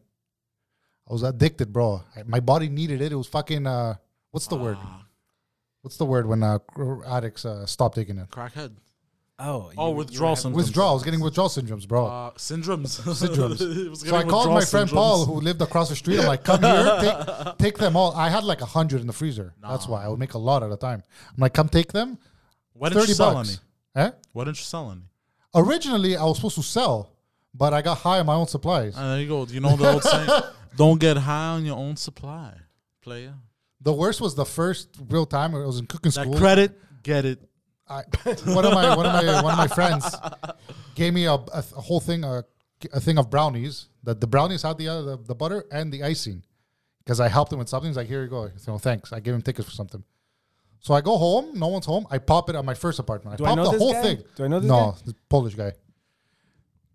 A: I was addicted, bro. I- my body needed it. It was fucking. Uh, what's the word?
C: Ah.
A: What's the word when uh, cr- addicts uh, stop taking it?
C: crackhead.
D: Oh, you-
C: Oh,
D: you
C: withdrawal
D: have-
C: symptoms.
A: Withdrawal. I was getting withdrawal syndromes, bro.
C: Uh, syndromes. (laughs) It was
A: syndromes. so I
C: getting
A: called
C: withdrawal
A: my friend
C: syndromes.
A: Paul, who lived across the street. I'm like, come
C: (laughs)
A: here, take, take them all. I had like a hundred in the freezer. That's why I would make a lot at a time. I'm like, come take them.
C: Why didn't
A: Thirty
C: you sell
A: bucks.
C: any?
A: Eh?
C: Why didn't you sell any?
A: Originally, I was supposed to sell, but I got high on my own supplies.
C: And Ah, there you go. You know the old (laughs) saying: "Don't get high on your own supply, player."
A: the worst was the first real time I was in cooking
C: That
A: school.
C: credit, get it.
A: I, (laughs) one of my one of my one of my friends gave me a, a, th- a whole thing a, a thing of brownies that the brownies had the uh, the, the butter and the icing because I helped him with something. He's like, here you go. So thanks. I gave him tickets for something. So I go home. No one's home. I pop it at my first apartment. I
D: Do I
A: pop
D: know
A: the
D: this
A: whole
D: guy?
A: thing.
D: Do I know this
A: no,
D: guy?
A: this Polish guy.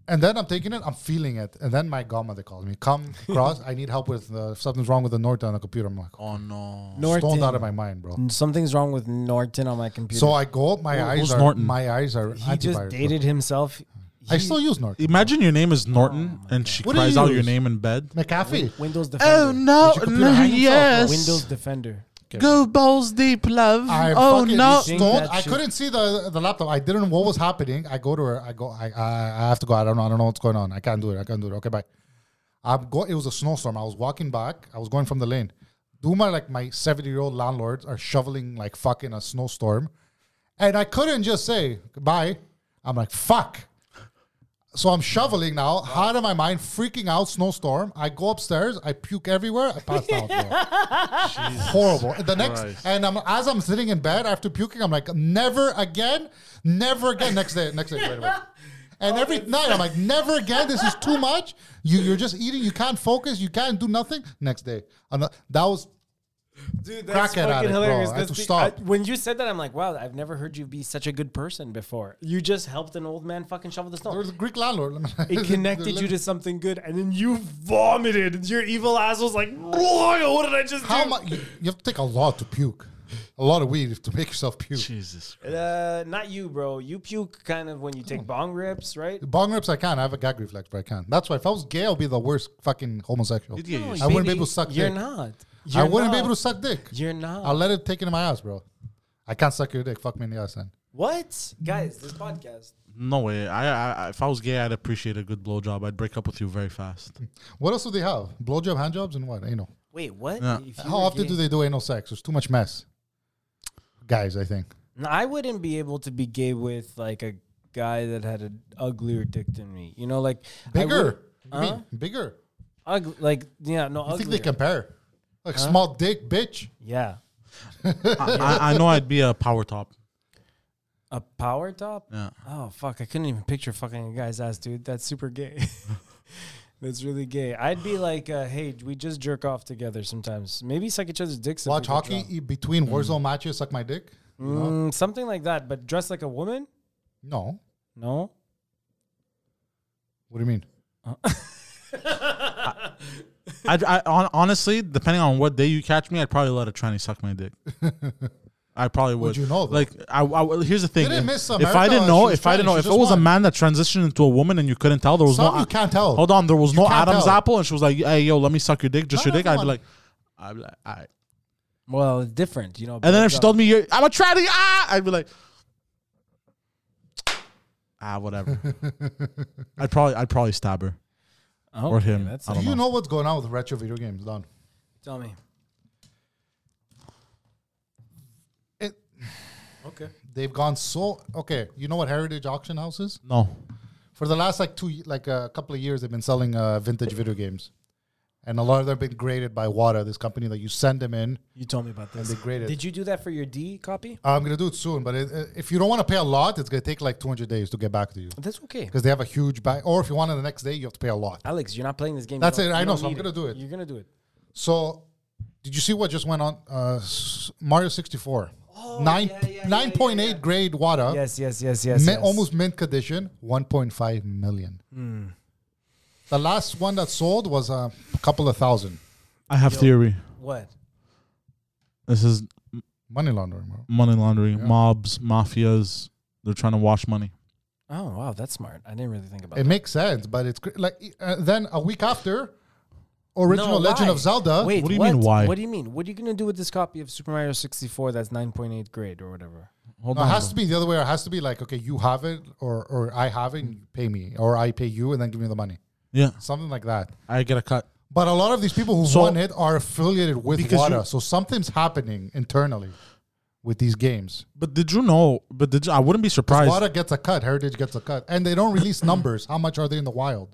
A: And then I'm taking it. I'm feeling it. And then my godmother calls me. Come across. I need help with uh, something's wrong with the Norton on the computer. I'm like,
C: Oh no!
A: stoned
D: Norton.
A: out of my mind, bro.
D: Something's wrong with Norton on my computer.
A: So I go. My eyes
C: who's
A: are
C: Norton?
A: my eyes are
D: he just
A: antivirus, bro.
D: dated himself.
A: I
D: He-
A: still use Norton.
C: Imagine your name is Norton, and she
A: What do
C: cries
A: you
C: out your
A: use?
C: name in bed.
A: McAfee.
D: Windows
C: Oh,
D: Defender.
C: no!
A: Did your computer hang itself?
D: Windows Defender.
C: Go balls deep, love. Oh,
A: I fucking
D: Think
A: stoned.
D: that
A: I
D: shit-
A: couldn't see the the laptop. I didn't know what was happening. I go to her. I go. I I, I have to go. I don't know. I don't know what's going on. I can't do it. I can't do it. Okay, bye. I'm go. It was a snowstorm. I was walking back. I was going from the lane. Duma, like my seventy year old landlords, are shoveling like fucking a snowstorm, and I couldn't just say bye. I'm like fuck. So I'm shoveling now, hot out of my mind, freaking out, snowstorm. I go upstairs, I puke everywhere, I pass out. bro. Horrible. The next,
B: Christ.
A: and I'm, as I'm sitting in bed after puking, I'm like, never again, never again. Next day, next day, right away. And every night, I'm like, never again. This is too much. You, you're just eating. You can't focus. You can't do nothing. Next day, I'm not- that was
D: Dude,
A: that's Crack it at fucking it, bro. hilarious. I had 'cause to the- stop. I-
D: when you said that, I'm like, wow, I've never heard you be such a good person before. You just helped an old man fucking shovel the
A: there
D: snow.
A: was a Greek landlord. (laughs)
D: It connected you to something good, and then you vomited, and your evil ass was like, "Whoa, what did I just
A: How
D: do?"
A: much? You, you have to take a lot to puke, a lot of weed to make yourself puke.
B: Jesus.
D: Uh, not you, bro. You puke kind of when you take bong rips, right?
A: Bong rips, I can. I have a gag reflex, but I can. That's why if I was gay, I'd be the worst fucking homosexual.
B: Did you get used
A: I wouldn't be
D: Baby,
A: able to suck
D: You're
A: dick.
D: not.
A: I
D: You're
A: wouldn't be
D: not.
A: able to suck dick.
D: You're not.
A: I'll let it take it in my ass, bro. I can't suck your dick. Fuck me in the ass, then.
D: what, guys? This podcast.
C: No way. I, I if I was gay, I'd appreciate a good blowjob. I'd break up with you
B: (laughs)
C: very fast.
A: What else do they have? Blowjob, handjobs, and what? Anal.
D: Wait, what?
C: Yeah.
D: If you
A: How
D: were
A: often
D: gay-
A: do they do anal sex? There's too much mess. Guys, I think.
D: No, I wouldn't be able to be gay with like a guy that had an uglier dick than me. You know, like I
A: Bigger.
D: would-
A: Me,
D: Huh?
A: Bigger.
D: Ug- like yeah, no,
A: I
D: uglier.
A: think they compare. Like small dick,
D: (laughs)
A: bitch.
D: yeah,
C: I, I- I know I'd be a power top.
D: a power top.
C: Yeah.
D: Oh fuck, I couldn't even picture fucking a guy's ass, dude. That's super gay. (laughs) That's really gay. I'd be like, uh, hey, we just jerk off together sometimes. Maybe suck each other's dicks. if
A: Watch
D: we get
A: hockey
D: drunk.
A: e- between Warzone matches, suck my dick.
D: Mm, something like that, but dressed like a woman.
A: No.
D: No.
A: What do you mean?
C: I'd, I hon- honestly, depending on what day you catch me, I'd probably let a tranny suck
A: (laughs)
C: my dick. I probably would.
A: you know, though?
C: Like, I, I well, here's the thing.
A: Didn't
C: if,
A: Miss
C: if I
A: America,
C: didn't know,
A: she was
C: if I didn't
A: tranny,
C: know,
A: she
C: if it
A: just
C: was a
A: won.
C: man that transitioned into a woman and you couldn't tell, there was
A: Some
C: no.
A: you can't tell.
C: Hold on, there was no
A: can't
C: Adam's
A: tell.
C: apple, and she was like, "Hey, yo, let me suck your dick, just
A: No,
C: your
A: no,
C: dick."
A: come
C: I'd be
A: on.
C: like, I'd be like, all right.
D: Well, it's different, you know.
C: And then
D: but,
C: if she
D: uh,
C: told me, You're, "I'm a tranny," ah, I'd be like,
A: (laughs)
C: ah, whatever. I'd probably, I'd probably stab her. or
D: okay,
C: him,
D: that's
C: I
A: Do
C: don't
A: you know what's going on with retro video games, Don?
D: Tell me.
A: It,
D: Okay.
A: they've gone so okay. You know what heritage auction house is?
C: No,
A: For the last like two, ye- like a couple of years, they've been selling uh, vintage video games, and a lot of them have been graded by WADA, this company that you send them in
D: You told me about
A: and
D: this.
A: they grade it.
D: Did you do that for your D copy?
A: I'm gonna do it soon, but it, it- if you don't want to pay a lot, it's gonna take like 200 days to get back to you
D: That's okay.
A: because they have a huge buy. Or if you want it the next day, you have to pay a lot.
D: Alex, you're not playing this game. You
A: That's
D: don't-
A: it, I
D: you
A: know,
D: don't
A: so I'm
D: need
A: gonna do it.
D: You're gonna do it.
A: So, did you see what just went on? Uh, s- Mario 64, nine nine point eight grade WADA.
D: Yes, yes, yes, yes.
A: Mi-
D: yes.
A: almost mint condition, 1.5 million.
C: Hmm.
A: The last one that sold was uh, a couple of thousand.
C: I have theory.
D: What?
C: This is
A: Money laundering, bro.
C: money laundering, mobs, mafias. They're trying to wash money.
D: Oh wow, that's smart. I didn't really think about
C: Uh-huh.
A: It
D: it.
A: makes sense, but it's cr- like uh, then a week after, original Legend of Zelda.
D: Wait,
C: What do you mean, why?
D: What do you mean? What are you gonna do with this copy of Super Mario 64 that's 9.8 grade or whatever?
C: Hold
A: No, it
C: on.
A: uh, has to be the other way. It has to be like, okay, you have it, or or I have it, and you pay me, or I pay you, and then give me the money,
C: yeah,
A: something like that.
C: I get a cut.
A: But a lot of these people who
C: So-
A: won it are affiliated with
C: Because you-
A: WADA, so something's happening internally with these games.
C: But did you know? But did you, I wouldn't be surprised.
A: Wada gets a cut, Heritage gets a cut, and they don't
C: (clears throat)
A: release numbers. How much are they in the wild?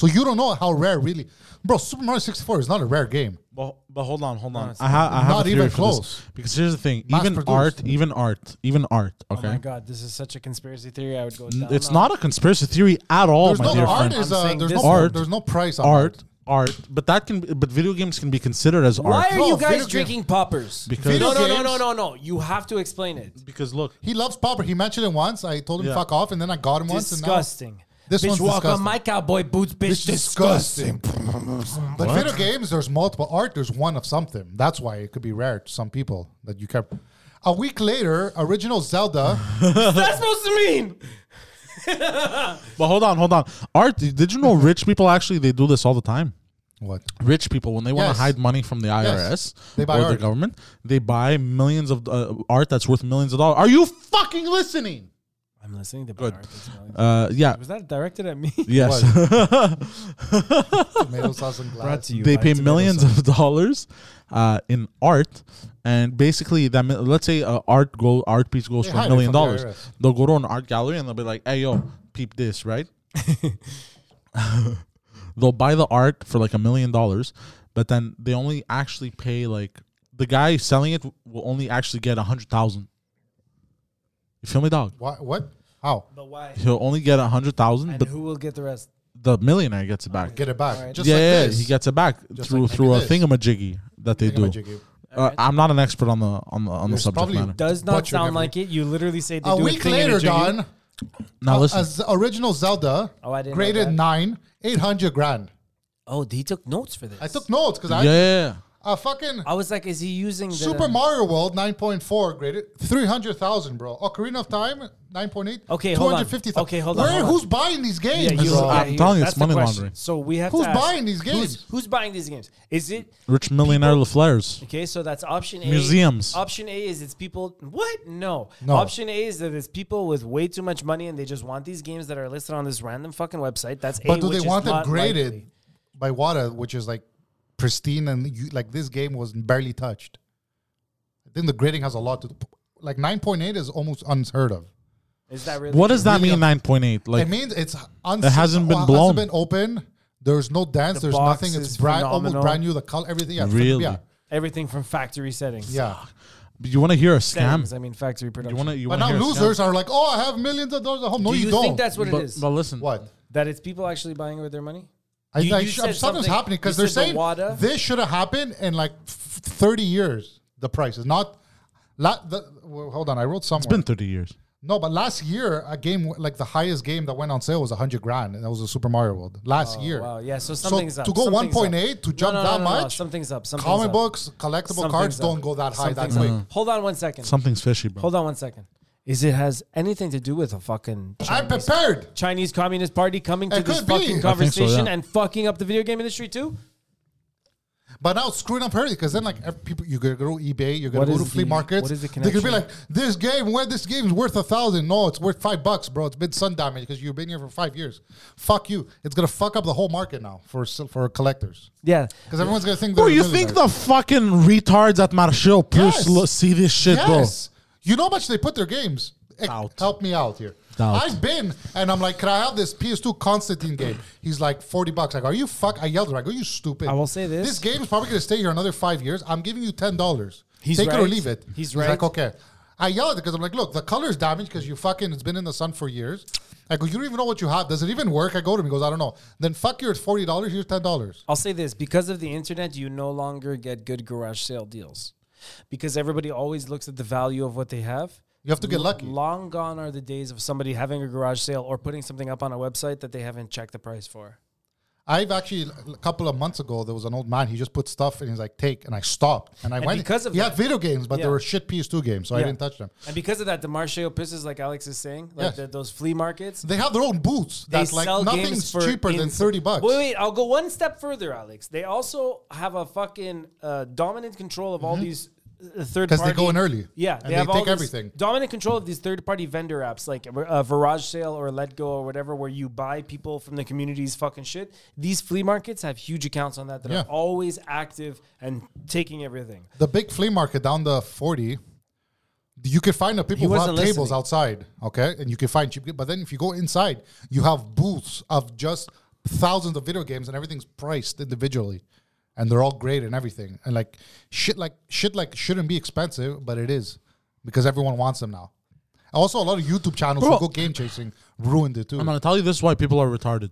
A: So you don't know how rare really, bro. Super Mario 64 is not a rare game.
C: but, but hold on, hold on.
D: it's
C: I, ha- I have
A: not
C: a theory
A: even
C: for
A: close.
C: This. Because here's the thing:
A: Mass
C: even
A: produced.
C: art, even art, even art.
D: Oh my
C: Okay,
D: god, this is such a conspiracy theory. I would go.
C: N-
D: Down
C: it's
D: on.
C: not a conspiracy theory at all,
A: There's
C: Oh, my
A: no
C: dear
A: art.
C: friend.
A: Is,
D: I'm
A: uh,
D: saying
A: there's
D: this
A: no
C: art-
A: There's no price on
C: Art, art. But that can. Be, but video games can be considered as
D: Why
C: art
D: are
A: Bro,
D: you
A: video
D: guys
A: game-
D: drinking poppers?
C: Because-
D: no, no,
A: Video
D: no, no,
A: games-
D: no, no. You have to explain it.
C: because look,
A: He loves popper. He mentioned it once. I told him
C: Yeah.
A: fuck off, and then I got him once. And now
D: Disgusting.
A: This
D: bitch
A: one's
D: walk
A: disgusting.
D: on my cowboy boots, bitch.
A: it's
D: disgusting.
A: disgusting. but video games, there's multiple art. There's one of something. That's why it could be rare to some people that you kept. A week later, original Zelda.
D: (laughs)
C: (sighs)
D: That's supposed to mean.
C: but hold on, hold on. Art. Did you know rich people actually they do this all the time?
A: what?
C: rich people when they want
A: Yes.
C: to hide money from the IRS
A: They buy
C: or the
A: art.
C: government, they buy millions of uh, art that's worth millions of dollars. Are you fucking listening? (laughs)
D: I'm listening to
C: Good.
D: Bernard.
C: Uh, yeah.
D: Was that directed at me? (laughs)
C: Yes,
A: Tomato sauce and glass.
D: you.
C: they pay millions of dollars uh, in art, and basically, that mi- let's say uh, art go art piece goes
A: They
C: for
A: hide
C: a
A: it from
C: million
A: the
C: dollars.
A: IRS.
C: They'll go to an art gallery and they'll be like, "Hey, yo, peep this, right?" (laughs) They'll buy the art for like a million dollars, but then they only actually pay like the guy selling it will only actually get a hundred thousand. You feel me, dog?
A: What? What? How?
D: But why?
C: He'll only get a hundred thousand,
D: And
C: but
D: who will get the rest?
C: the millionaire gets it back.
A: Get it back.
D: Alright.
A: Just
C: yeah,
A: like
C: yeah,
A: this.
C: he gets it back
A: Just
C: through
A: like
C: through a
A: maybe this.
C: thingamajiggy that they do.
A: Thingamajiggy.
C: Uh, I'm not an expert on the on the on the
A: There's
C: subject
A: probably-
C: matter.
D: Does not
A: Butchering
D: sound
A: everything.
D: like it. You literally say they
A: A
D: do
A: week
D: thing
A: later,
D: and they do you-
A: Don,
C: Now listen,
A: as original Zelda,
D: Oh, I didn't know
A: graded
D: that.
A: nine, eight hundred grand.
D: Oh, he took notes for this.
A: I took notes because
C: yeah,
A: I
C: yeah,
A: a fucking
D: I was like, is he using the
A: Super Mario World nine point four graded three hundred thousand, bro. Ocarina of Time nine point eight.
D: Okay, hold on. Okay, hold on,
A: Where?
D: hold on.
A: Who's buying these games?
D: Yeah, you,
C: This is-
A: bro?
C: I'm
D: yeah,
C: telling you,
D: that's
C: it's
D: the
C: money
D: question.
C: laundering.
D: So we have
A: Who's
D: to ask,
A: buying these games?
D: Who's, who's buying these games? Is it
C: rich millionaire LaFleurs.
D: okay? So that's option A.
C: Museums.
D: Option A is it's people. What? No.
A: No.
D: Option A is that it's people with way too much money and they just want these games that are listed on this random fucking website. That's A.
A: But do
D: which
A: they
D: is
A: want them
D: not
A: graded
D: likely.
A: by WADA, which is like pristine and you, like this game was barely touched? I think the grading has a lot to like nine point eight is almost unheard of.
D: Is that really?
C: What does that
A: Really
C: mean?
A: up-
C: Nine point eight. Like
A: it means it's un-
C: It hasn't been
A: well,
C: blown.
A: Hasn't been open. There's no dance.
D: The
A: there's
D: box
A: nothing. It's
D: is
A: brand
D: phenomenal.
A: almost brand new. The color, everything. Yeah,
C: Really?
A: Yeah,
D: everything from factory settings?
A: yeah.
C: you want to hear a scam?
D: Settings, I mean, factory production.
C: You want to you
A: But
C: want to
A: now
C: hear a scam?
A: losers are like, oh, I have millions of dollars at home. No,
D: do
A: Oh, you,
D: you,
A: don't.
D: think that's what
C: but,
D: it is?
C: but listen,
A: what?
D: that it's people actually buying it with their money?
A: I,
D: You-
A: I
D: you
A: sh-
D: said
A: I'm- something's
D: something-
A: happening because
D: you
A: they're
D: said the
A: saying
D: WADA?
A: this should have happened in like f- 30 years. The price is not. La- the, well, hold on, I wrote somewhere.
C: it's been thirty years.
A: no, but last year a game w- like the highest game that went on sale was 100 grand, and that was a Super Mario World last year.
D: Oh, Wow, yeah. So something's up.
A: to go
D: something's
A: 1.8 to
D: up. No,
A: jump
D: no, no,
A: that
D: no, no,
A: much,
D: Something's up. Something's
A: Comic
D: up.
A: books, collectible cards
D: Something's
A: don't
D: up.
A: go that high that
D: Something's
A: quick.
D: up. Hold on one second.
C: Something's fishy, bro.
D: Hold on one second. Is it has anything to do with a fucking
A: I'm
D: Chinese,
A: prepared.
D: Chinese Communist Party coming to
A: It
D: this
A: could be. I
D: fucking
A: think so,
D: conversation
C: yeah.
D: and fucking up the video game industry too?
A: But now it's screwing up early because then like ev- people you gotta go to eBay, you're gonna
D: What
A: go
D: is
A: to flea
D: the-
A: markets.
D: what is the
A: They're gonna be
D: connection?
A: like, this game, where this game's worth a thousand. No, it's worth five bucks, bro. It's been sun damaged because you've been here for five years. Fuck you. It's gonna fuck up the whole market now for s- for collectors
D: Yeah.
A: because everyone's gonna think.
C: Bro,
A: they're
C: you think
A: millionaires.
C: the fucking retards at Marshall
A: Yes.
C: Plus lo- see this shit,
A: yes? You know how much they put their games. Eh,
C: Doubt.
A: Help me out here.
C: Doubt.
A: I've been and I'm like, can I have this PS2 Constantine game? He's like forty bucks. Like, are you fuck? I yelled at him. I go, you stupid.
D: I will say this.
A: This game's probably gonna stay here another five years. I'm giving you ten dollars.
D: He's
A: Take it or
D: right.
A: leave it.
D: He's
A: Like,
D: right.
A: okay. I yelled at because I'm like, look, the color's damaged because you fucking it's been in the sun for years. I go, you don't even know what you have. Does it even work? I go to him. He goes, I don't know. Then fuck your forty dollars. Here's ten dollars.
D: I'll say this because of the internet, you no longer get good garage sale deals because everybody always looks at the value of what they have.
A: You have to get
D: L-
A: lucky.
D: Long gone are the days of somebody having a garage sale or putting something up on a website that they haven't checked the price for.
A: I've actually a couple of months ago there was an old man. He just put stuff and he's like, take, and I stopped and I
D: And
A: went
D: because of
A: he had
D: that-
A: video games, but they
D: Yeah.
A: were shit PS2 games, so I
D: Yeah.
A: didn't touch them.
D: And because of that, the Marshall pisses, like Alex is saying, like
A: Yes.
D: the, those flea markets.
A: They have their own booths.
D: They
A: That's like
D: sell
A: nothing's
D: games for
A: cheaper than
D: ins-
A: thirty bucks.
D: Wait, wait, I'll go one step further, Alex. They also have a fucking uh, dominant control of all these uh, third
A: Because
D: party.
A: Mm-hmm. they go in early.
D: Yeah,
A: And they
D: all
A: take
D: these
A: everything.
D: Dominant control of these third party vendor apps like uh, Virage Sale or Let Go or whatever, where you buy people from the community's fucking shit. These flea markets have huge accounts on that that
A: Yeah.
D: are always active and taking everything.
A: The big flea market down the forty, you could find the people
D: He
A: who have
D: wasn't
A: tables
D: listening.
A: outside, okay, and you can find cheap. But then if you go inside, you have booths of just thousands of video games, and everything's priced individually, and they're all great and everything, and like shit, like shit, like shouldn't be expensive, but it is because everyone wants them now. Also, a lot of YouTube channels
C: Bro.
A: who go game chasing ruined it too.
C: I'm gonna tell you this is why people are retarded.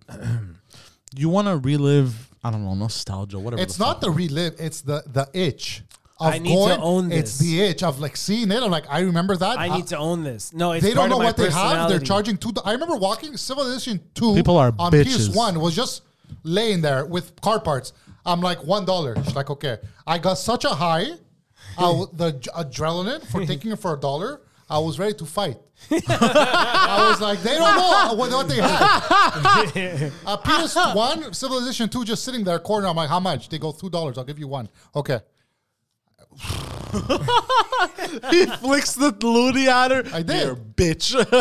C: (clears throat) you want to relive, I don't know, nostalgia, whatever.
A: It's
C: the fuck.
A: not the relive. It's the the itch. Of
D: I need to own
A: It's
D: this.
A: the itch of like seeing it. I'm like, I remember that.
D: I
A: Uh,
D: need to own this. No, it's
A: They don't
D: part
A: know
D: of my
A: what they have. They're
D: personality.
A: charging two. I remember walking Civilization Two.
C: People are
A: on
C: bitches.
A: PS1 was just laying there with car parts. I'm like one dollar. She's like, okay. I got such a high, I w- the j- adrenaline
D: (laughs)
A: for taking it for a dollar. I was ready to fight. I was like, they don't know what, what they have.
D: (laughs)
A: A PS1, Civilization 2 just sitting there, corner. I'm like, how much? They go $2. I'll give you one. Okay.
C: (laughs) he flicks the loonie at her.
A: I did.
C: Here, bitch.
D: No, no, no,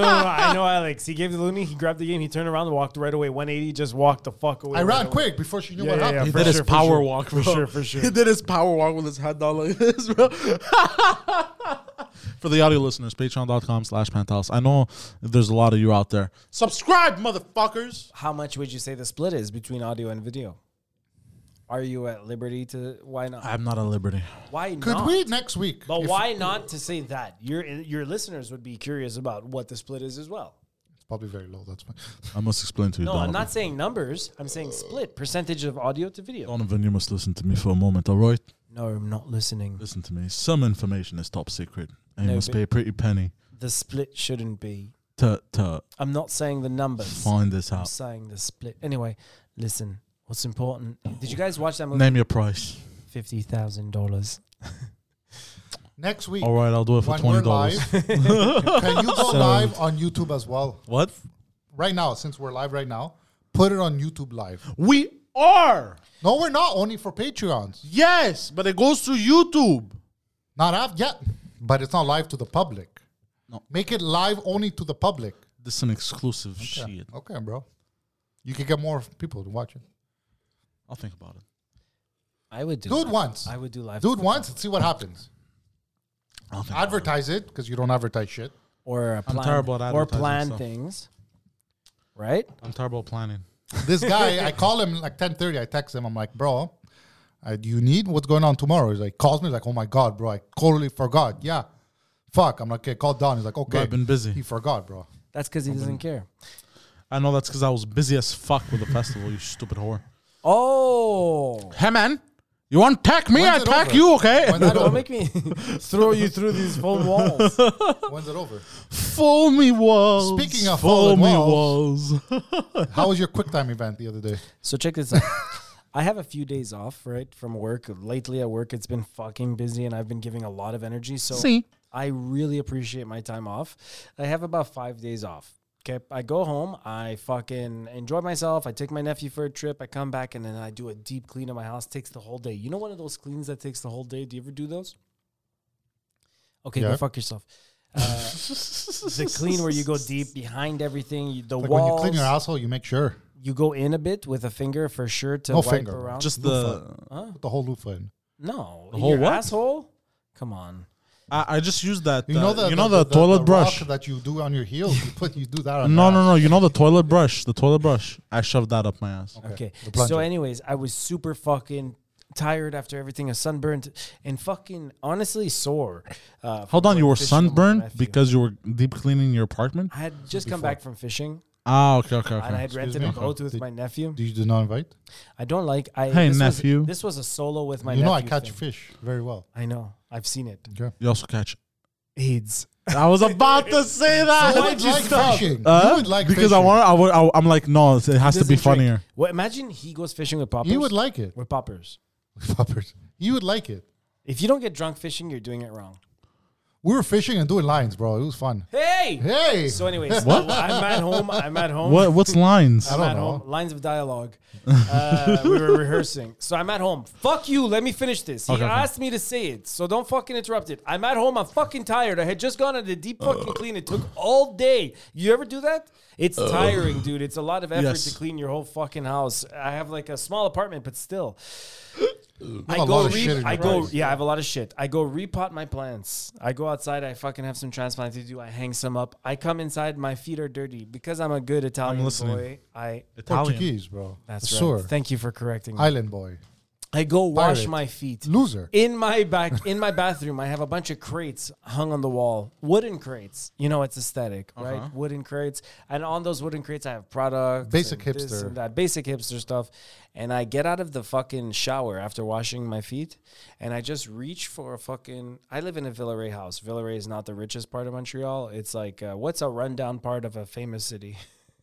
D: no, I know Alex. He gave the loony. He grabbed the game. He turned around and walked right away. 180. Just walked the fuck away.
A: I
D: right
A: ran
D: away.
A: quick before she knew
D: Yeah,
A: what
D: yeah,
A: happened.
D: yeah,
C: he
D: for
C: did his
D: sure, for
C: power
D: sure. (laughs)
C: walk
D: For
C: bro.
D: sure, for sure.
C: He did his power walk with his head down like this, bro. (laughs) for the audio listeners, patreon.com slash penthouse. I know there's a lot of you out there. Subscribe, motherfuckers.
D: How much would you say the split is between audio and video? Are you at liberty to? Why not?
C: I'm not at liberty.
D: Why
A: Could
D: not?
A: we next week?
D: But
A: if-
D: why not to say that? Your your listeners would be curious about what the split is as well.
A: It's probably very low. That's fine.
C: I must explain to you,
D: No,
C: Donovan.
D: I'm not saying numbers. I'm saying split percentage of audio to video.
C: Donovan, you must listen to me for a moment, all right?
D: No, I'm not listening.
C: Listen to me. Some information is top secret, and you
D: No,
C: must
D: but-
C: pay a pretty penny
D: The split shouldn't be.
C: to, to
D: I'm not saying the numbers.
C: find this
D: I'm
C: out.
D: saying the split. Anyway, listen. What's important? Did you guys watch that movie?
C: Name your price.
D: Fifty thousand dollars.
A: Next week,
C: All right, I'll do it for
A: when we're
C: twenty
A: live,
C: dollars.
A: can you go live on YouTube as well?
C: What?
A: Right now, since we're live right now, put it on YouTube live.
C: We are
A: No, we're not. Only for Patreons.
C: yes, but it goes to YouTube.
A: Not after yet, but it's not live to the public.
C: No.
A: Make it live only to the public.
C: This is an exclusive
A: Yeah.
C: shit.
A: Okay, bro. You can get more people to watch it.
C: I'll think about it.
D: I would do.
A: Do it
D: live.
A: once.
D: I would do live.
A: Do it once and see what happens.
C: I'll think about it.
A: Advertise it because you don't advertise shit.
D: or a plan,
C: terrible at
D: or
C: advertising
D: plan
C: stuff.
D: things. Right.
C: I'm terrible at planning.
A: This guy,
D: (laughs)
A: I call him like 10:30. I text him. I'm like, bro, uh, do you need what's going on tomorrow? He's like, calls me like, oh my god, bro, I totally forgot. Yeah, fuck. I'm like, okay, call Don. He's like, okay,
C: I've been busy.
A: He forgot, bro.
D: That's because he doesn't care.
C: I know that's because I was busy as fuck with the festival. You stupid whore.
D: (laughs) Oh.
C: Hey man, you want to attack me?
A: When's it over?
C: okay?
A: When's it
D: (laughs) Don't
A: over?
D: make me throw you through these foam walls.
A: When's it over?
C: Fool me walls.
A: Speaking of
C: fool
A: fallen
C: me
A: walls.
C: walls. (laughs)
A: How was your quick time event the other day?
D: (laughs) So check this out. I have a few days off, right, from work. Lately at work, it's been fucking busy, and I've been giving a lot of energy. So
C: (laughs) See.
D: I really appreciate my time off. I have about five days off. Okay, I go home, I fucking enjoy myself. I take my nephew for a trip. I come back, and then I do a deep clean of my house. Takes the whole day. You know, one of those cleans that takes the whole day. Do you ever do those? Okay,
A: Yeah.
D: go fuck yourself. Uh, the clean where you go deep behind everything, you, the
A: Like when you
D: walls.
A: clean your asshole, you make sure
D: You go in a bit with a finger for sure to
A: No
D: wipe
A: finger.
D: around.
C: Just the.
A: put the whole loofah in.
D: no,
C: whole
D: your
C: what?
D: asshole. Come on,
C: I, I just used that.
A: You know
C: uh,
A: the
C: you know the, toilet
A: rock
C: brush.
A: that you do on your heels. You put you do that. On
C: (laughs) No,
A: that.
C: no, no. You know the toilet brush. The toilet brush. I shoved that up my ass.
D: okay.
A: the plunger.
D: So, anyways, I was super fucking tired after everything. I was sunburned and fucking honestly sore. Uh,
C: Hold
D: from
C: on, you
D: going
C: were
D: fishing with my
C: sunburned
D: nephew.
C: because you were deep cleaning your apartment.
D: I had just come back from fishing
C: Ah, okay, okay,
D: and I
C: okay.
D: had rented
A: me?
D: a boat with
A: Did-
D: my nephew.
A: Do you do not invite?
D: I don't like. I this
C: Hey,
D: was-
C: nephew.
D: this was a solo with my.
A: you know I
D: nephew
A: catch
D: thing.
A: fish very well.
D: I know. I've seen it.
A: Okay.
C: You also catch.
D: AIDS.
C: I was about
D: (laughs)
C: to say that.
A: You would like fishing.
C: Huh?
A: you would like
C: Uh, because I
A: fishing.
C: want. I would, I, am like, no, it has to be
D: Doesn't drink.
C: funnier.
D: Well, imagine he goes fishing with poppers.
A: You would like it, (laughs)
D: with poppers.
A: Poppers. You would like it.
D: If you don't get drunk fishing, you're doing it wrong.
A: We were fishing and doing lines, bro. It was
D: (laughs)
A: fun.
D: Hey.
A: Hey,
D: So, anyways,
C: What?
D: I'm at home. I'm
C: (laughs)
D: at home.
C: What? What's lines?
A: I
D: I'm
A: don't
D: at
A: know.
D: home. Lines of dialogue. Uh, we
A: (laughs)
D: were rehearsing. So I'm at home. Fuck you. Let me finish this. He
C: Okay, okay.
D: asked me to say it. So don't fucking interrupt it. I'm at home. I'm fucking tired. I had just gone on the deep
A: Uh.
D: fucking clean. It took all day. You ever do that? It's
A: Uh.
D: tiring, dude. It's a lot of effort
C: Yes.
D: to clean your whole fucking house. I have like a small apartment, but still. I
A: have a lot
D: go,
A: of shit
D: re-
A: in
D: I
A: your
D: go,
A: house.
D: yeah, I have a lot of shit. I go repot my plants. I go outside. I fucking have some transplants to do. I hang some up. I come inside. My feet are dirty because I'm a good Italian
C: listening.
D: boy. I
A: Portuguese, bro.
D: that's right.
A: sure.
D: Thank you for correcting. me. I,
A: Island boy,
D: go wash
A: Pirate.
D: my feet
A: loser.
D: in my back in my bathroom. I have a bunch of crates hung on the wall, wooden crates. You know, it's aesthetic, right? Wooden crates, and on those wooden crates, I have products,
A: Basic
D: and this
A: hipster.
D: and that basic hipster stuff. And I get out of the fucking shower after washing my feet, and I just reach for a fucking. I live in a Villeray house. Villeray is not the richest part of Montreal. It's like uh, what's a rundown part of a famous city? (laughs)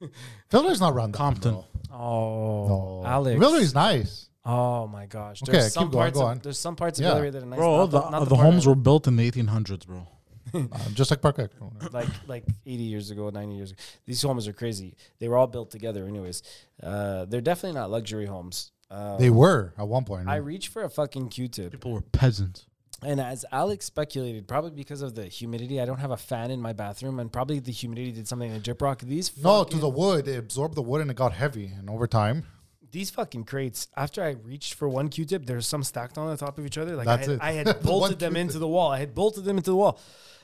A: Villary's not random.
C: Compton.
A: bro.
D: Oh,
A: No.
D: Alex.
A: Villary's nice.
D: Oh my gosh.
A: Okay,
D: There's some
A: keep going,
D: parts
A: go
D: of,
A: on.
D: there's some parts
A: Yeah.
D: of Hillary that are nice.
C: Bro,
D: not
C: the, uh,
D: not
C: the,
D: part
C: homes
D: I-
C: were built in the 1800s, bro.
A: Uh, just like
D: (laughs)
A: Parker.
D: like like 80 years ago, 90 years ago. These homes are crazy. They were all built together anyways. Uh, they're definitely not luxury homes. Uh,
A: They were at one point.
D: I
A: right?
D: reached for a fucking Q-tip,
B: People were peasants.
D: and as Alex speculated, probably because of the humidity, I don't have a fan in my bathroom, and probably the humidity did something to Gyprock. These
A: no,
D: fucking-
A: to the wood. It absorbed the wood and it got heavy. And over time,
D: these fucking crates. After I reached for one Q-tip, there's some stacked on the top of each other. Like
A: That's
D: I had,
A: it. (laughs) The
D: I
A: one
D: had bolted them
A: Q-tip.
D: into the wall. I had bolted them into the wall.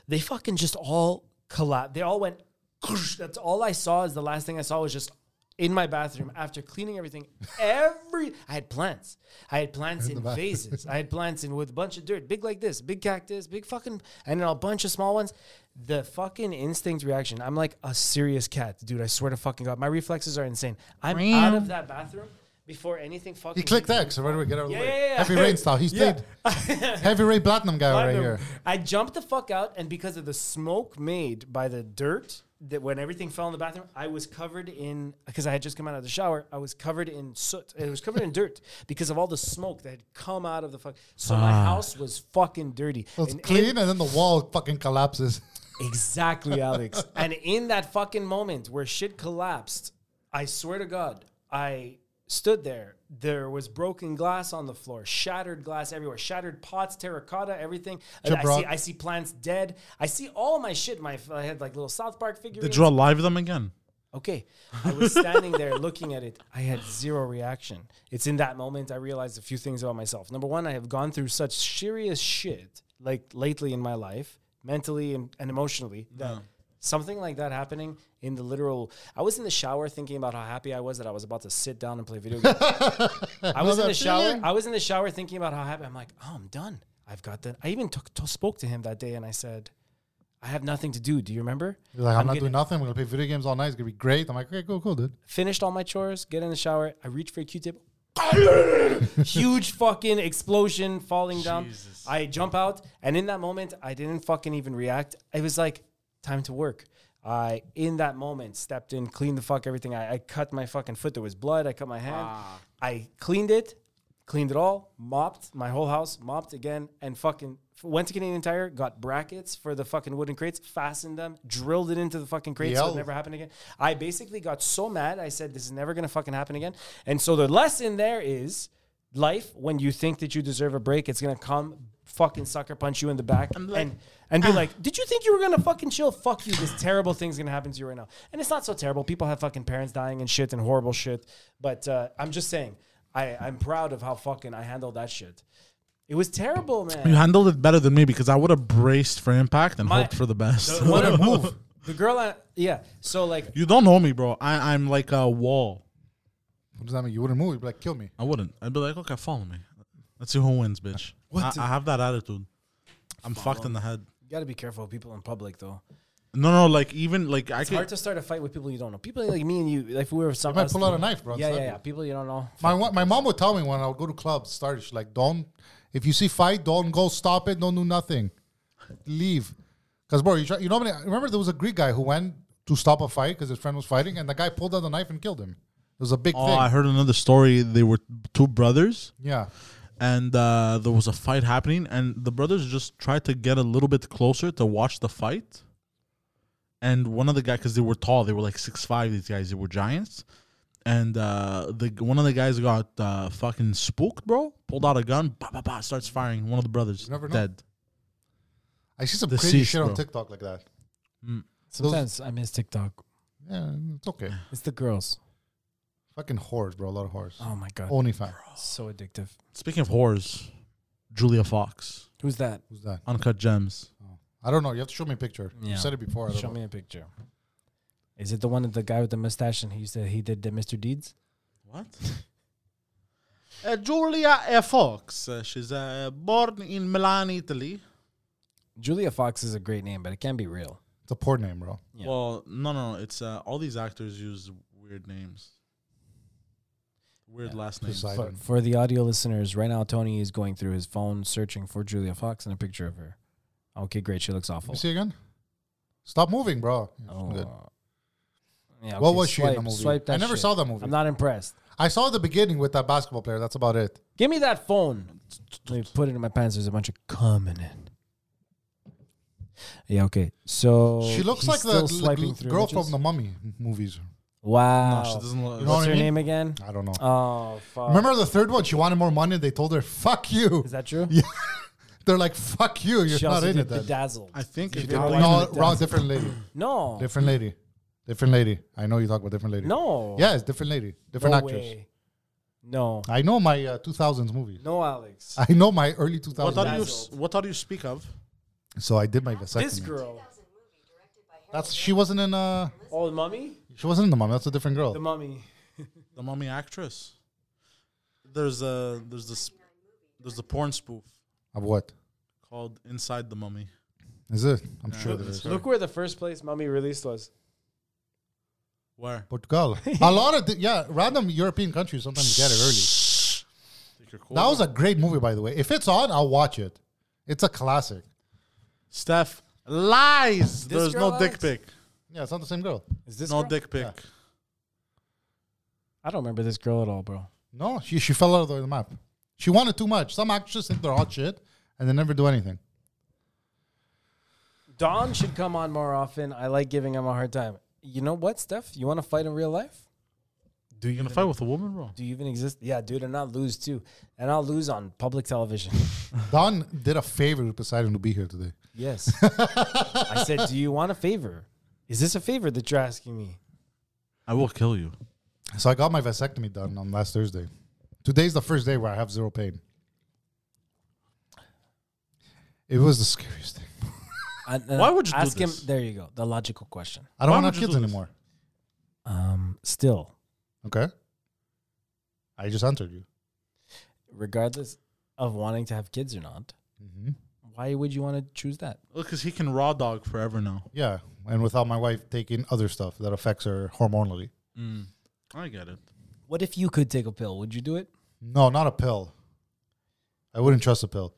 D: They fucking just all collapsed. They all went. That's all I saw. Is the last thing I saw was just in my bathroom after cleaning everything. Every I had plants. I had plants in,
A: bathroom.
D: vases. I had plants in with a bunch of dirt, big like this, big cactus, big fucking, and then a bunch of small ones. The fucking instinct reaction. I'm like a serious cat, dude. I swear to fucking god, my reflexes are insane. I'm out of that bathroom before anything fucking.
A: he clicked X. So where do we get out of the
D: Yeah,
A: way?
D: (laughs) yeah, yeah.
A: Heavy rain style. He stayed. heavy rain platinum guy
D: I
A: right
D: know.
A: here.
D: I jumped the fuck out, and because of the smoke made by the dirt, that when everything fell in the bathroom, I was covered in because I had just come out of the shower. I was covered in soot. It was covered in dirt because of all the smoke that had come out of the fuck. So my
A: Ah.
D: house was fucking dirty.
A: It was
D: And in-
A: clean, and then the wall fucking collapses. (laughs)
D: Exactly, Alex. and in that fucking moment where shit collapsed, I swear to God, I stood there. There was broken glass on the floor, shattered glass everywhere, shattered pots, terracotta, everything. And I
A: Jabrock.
D: see, I see plants dead. I see all my shit. My I had like little South Park
C: They
D: figurines.
C: draw live them again.
D: Okay. I was standing there looking at it. I had zero reaction. It's in that moment I realized a few things about myself. Number one, I have gone through such serious shit, like lately in my life, mentally and, and emotionally, that something like that happening in the literal. I was in the shower thinking about how happy I was that I was about to sit down and play video games. I was in
A: that
D: the shower.
A: feeling.
D: I was in the shower thinking about how happy I'm like, oh, I'm done. I've got that. I even took, to, spoke to him that day and I said, I have nothing to do. Do you remember?
A: He's like, I'm, not
D: gonna-
A: doing nothing. I'm gonna play video games all night. It's gonna be great. I'm like, okay, cool, cool, dude.
D: finished all my chores, get in the shower, I reach for a Q-tip. Huge fucking explosion falling down. I jump out, and in that moment, I didn't fucking even react. It was like time to work. I in that moment stepped in, cleaned the fuck everything. I, I cut my fucking foot. There was blood. I cut my hand. I cleaned it, cleaned it all, mopped my whole house, mopped again, and fucking f- went to Canadian Tire, got brackets for the fucking wooden crates, fastened them, drilled it into the fucking crates so it
A: Yo.
D: never happened again. I basically got so mad. I said, this is never going to fucking happen again. And so the lesson there is life, when you think that you deserve a break, it's going to come fucking sucker punch you in the back and, and be like, did you think you were going to fucking chill? Fuck you. This terrible thing's going to happen to you right now. And it's not so terrible. People have fucking parents dying and shit and horrible shit. But uh, I'm just saying, I, I'm proud of how fucking I handled that shit. It was terrible, man.
C: You handled it better than me because I would have braced for impact and
D: My-
C: hoped for the
D: (laughs)
C: best.
D: The-
C: (laughs)
D: one of- The girl, I, yeah. So like,
C: you don't know me, bro. I, I'm like a wall.
A: What does that mean? You wouldn't move. You'd be like, kill me.
C: I wouldn't. I'd be like, okay, follow me. Let's see who wins, bitch.
A: What
C: I, I have that attitude. I'm fucked in the head.
D: you got to be careful of people in public, though.
C: No, no, like even like I
D: It's hard
C: can.
D: to start a fight with people you don't know. People like me and you, like if we were
A: I
D: some.
A: might
D: us
A: pull out a
D: three-
A: knife, bro.
D: Yeah,
A: It's
D: yeah,
A: that-
D: yeah. People you don't know.
A: My wa- my mom would tell me when I would go to clubs, start. She's like, "Don't if you see fight, don't go. Stop it. Don't do nothing. Leave." Because bro, you try, you know, how many- remember there was a Greek guy who went to stop a fight because his friend was fighting, and the guy pulled out a knife and killed him. It was a big
C: Oh,
A: thing.
C: I heard another story. They were two brothers,
A: yeah,
C: and uh, there was a fight happening, and the brothers just tried to get a little bit closer to watch the fight. And one of the guys, because they were tall, they were like six five. These guys, they were giants, and uh, the one of the guys got uh, fucking spooked, bro. Pulled out a gun, bah, bah, bah, starts firing. One of the brothers
A: You never know.
C: dead.
A: I see some
C: The
A: crazy
C: cease,
A: shit on
C: bro.
A: TikTok like that.
D: Sometimes I miss TikTok.
A: Yeah, it's okay.
D: It's the girls.
A: Fucking whores, bro. A lot of whores.
D: Oh my god,
A: Only fan.
D: so addictive.
C: Speaking of whores, Julia Fox,
D: Who's that?
A: Who's that?
C: Uncut Gems.
A: I don't know. You have to show me a picture.
D: Yeah.
A: You said it before. I don't
D: Show
A: know.
D: me a picture. Is it the one of the guy with the mustache and he used to he did the Mr. Deeds?
C: What? (laughs) Uh, Julia uh, Fox. Uh, she's uh, born in Milan, Italy.
D: Julia Fox is a great name, but it can be real.
A: It's a poor name, bro.
D: Yeah.
C: Well, no, no, it's uh, all these actors use weird names, weird
D: Yeah.
C: last names.
A: Poseidon.
D: For, for the audio listeners, right now Tony is going through his phone searching for Julia Fox and a picture of her. Okay, great. She looks
A: Let
D: awful.
A: me see again. Stop moving, bro.
D: Oh.
A: Good.
D: Yeah,
A: what
D: okay,
A: was she in the
D: swipe-
A: movie?
D: Swipe that
A: I never
D: shit.
A: saw that movie.
D: I'm not impressed.
A: I saw the beginning with that basketball player. That's about it.
D: Give me that phone. Let me put it in my pants. There's a bunch of cum in it. Yeah, okay. So
A: She looks
D: he's
A: like the
D: Oh, still
A: l-
D: swiping
A: l-
D: through
A: girl
D: images?
A: from the Mummy movies.
D: Wow.
C: No, she doesn't
A: You
C: like.
A: know
D: What's
A: what I
D: her
A: mean?
D: name again?
A: I don't know.
D: Oh, fuck.
A: Remember the third one? She wanted more money. They told her, "Fuck you."
D: Is that true?
A: They're like, "Fuck you. You're
D: she
A: not
D: also
A: in
D: did
A: it."
D: the
A: Then.
D: dazzle.
C: I think
D: She
C: it
D: did
C: probably-
D: one
A: no,
D: with
A: wrong.
D: Dazzle.
A: Different lady.
D: No.
A: Different lady. Different lady. I know you talk about different lady.
D: No.
A: Yeah, it's different lady. Different
D: no
A: actress.
D: Way. No.
A: I know my uh, 2000s movies.
D: No, Alex.
A: I know my early
C: What
A: 2000s.
C: are you?
D: Dazzled.
C: What are you speak of?
A: so I did my vasectomy.
D: this girl.
A: That's she wasn't in uh
D: Oh, the mummy?
A: she wasn't in the mom. That's a different girl.
D: The mummy.
C: The mummy actress. There's a there's this there's the porn spoof
A: of what
C: called Inside the Mummy.
A: is it?
D: Uh,
A: I'm sure there is.
D: Look where the first place mummy released was.
C: Where? (laughs)
A: Portugal. a lot of the, yeah, random European countries sometimes get it early.
C: Take your coat
A: That
C: off.
A: was a great movie, by the way. If it's on, I'll watch it. It's a classic.
C: Steph lies.
D: This
C: There's
D: girl
C: no dick
D: lies.
C: pic.
A: Yeah, it's not the same girl.
D: Is this
C: No
D: girl?
C: dick pic.
D: I don't remember this girl at all, bro.
A: No, she she fell out of the map. She wanted too much. Some actors think they're hot shit and they never do anything.
D: Don should come on more often. I like giving him a hard time. You know what, Steph? You want to fight in real life?
C: Do you gonna fight with a woman, bro?
D: Do you even exist? Yeah, dude, and not lose too. And I'll lose on public television. (laughs)
A: Don did a favor with Poseidon to be here today.
D: yes. I said, Do you want a favor? Is this a favor that you're asking me?
C: I will kill you.
A: So I got my vasectomy done on last Thursday. Today's the first day where I have zero pain. It was the scariest thing.
D: And- and
C: Why would you do
D: ask
C: this?
D: him? There you go. The logical question.
A: I don't
C: Why
A: want to have
C: would you
A: kids
C: do this?
A: anymore.
D: Um, still,
A: Okay. I just answered you.
D: regardless of wanting to have kids or not,
A: Mm-hmm.
D: why would you want to choose that?
C: Look, cause he can raw dog forever now.
A: Yeah, and without my wife taking other stuff that affects her hormonally.
C: I get it.
D: What if you could take a pill? Would you do it?
A: No, not a pill. I wouldn't trust a pill,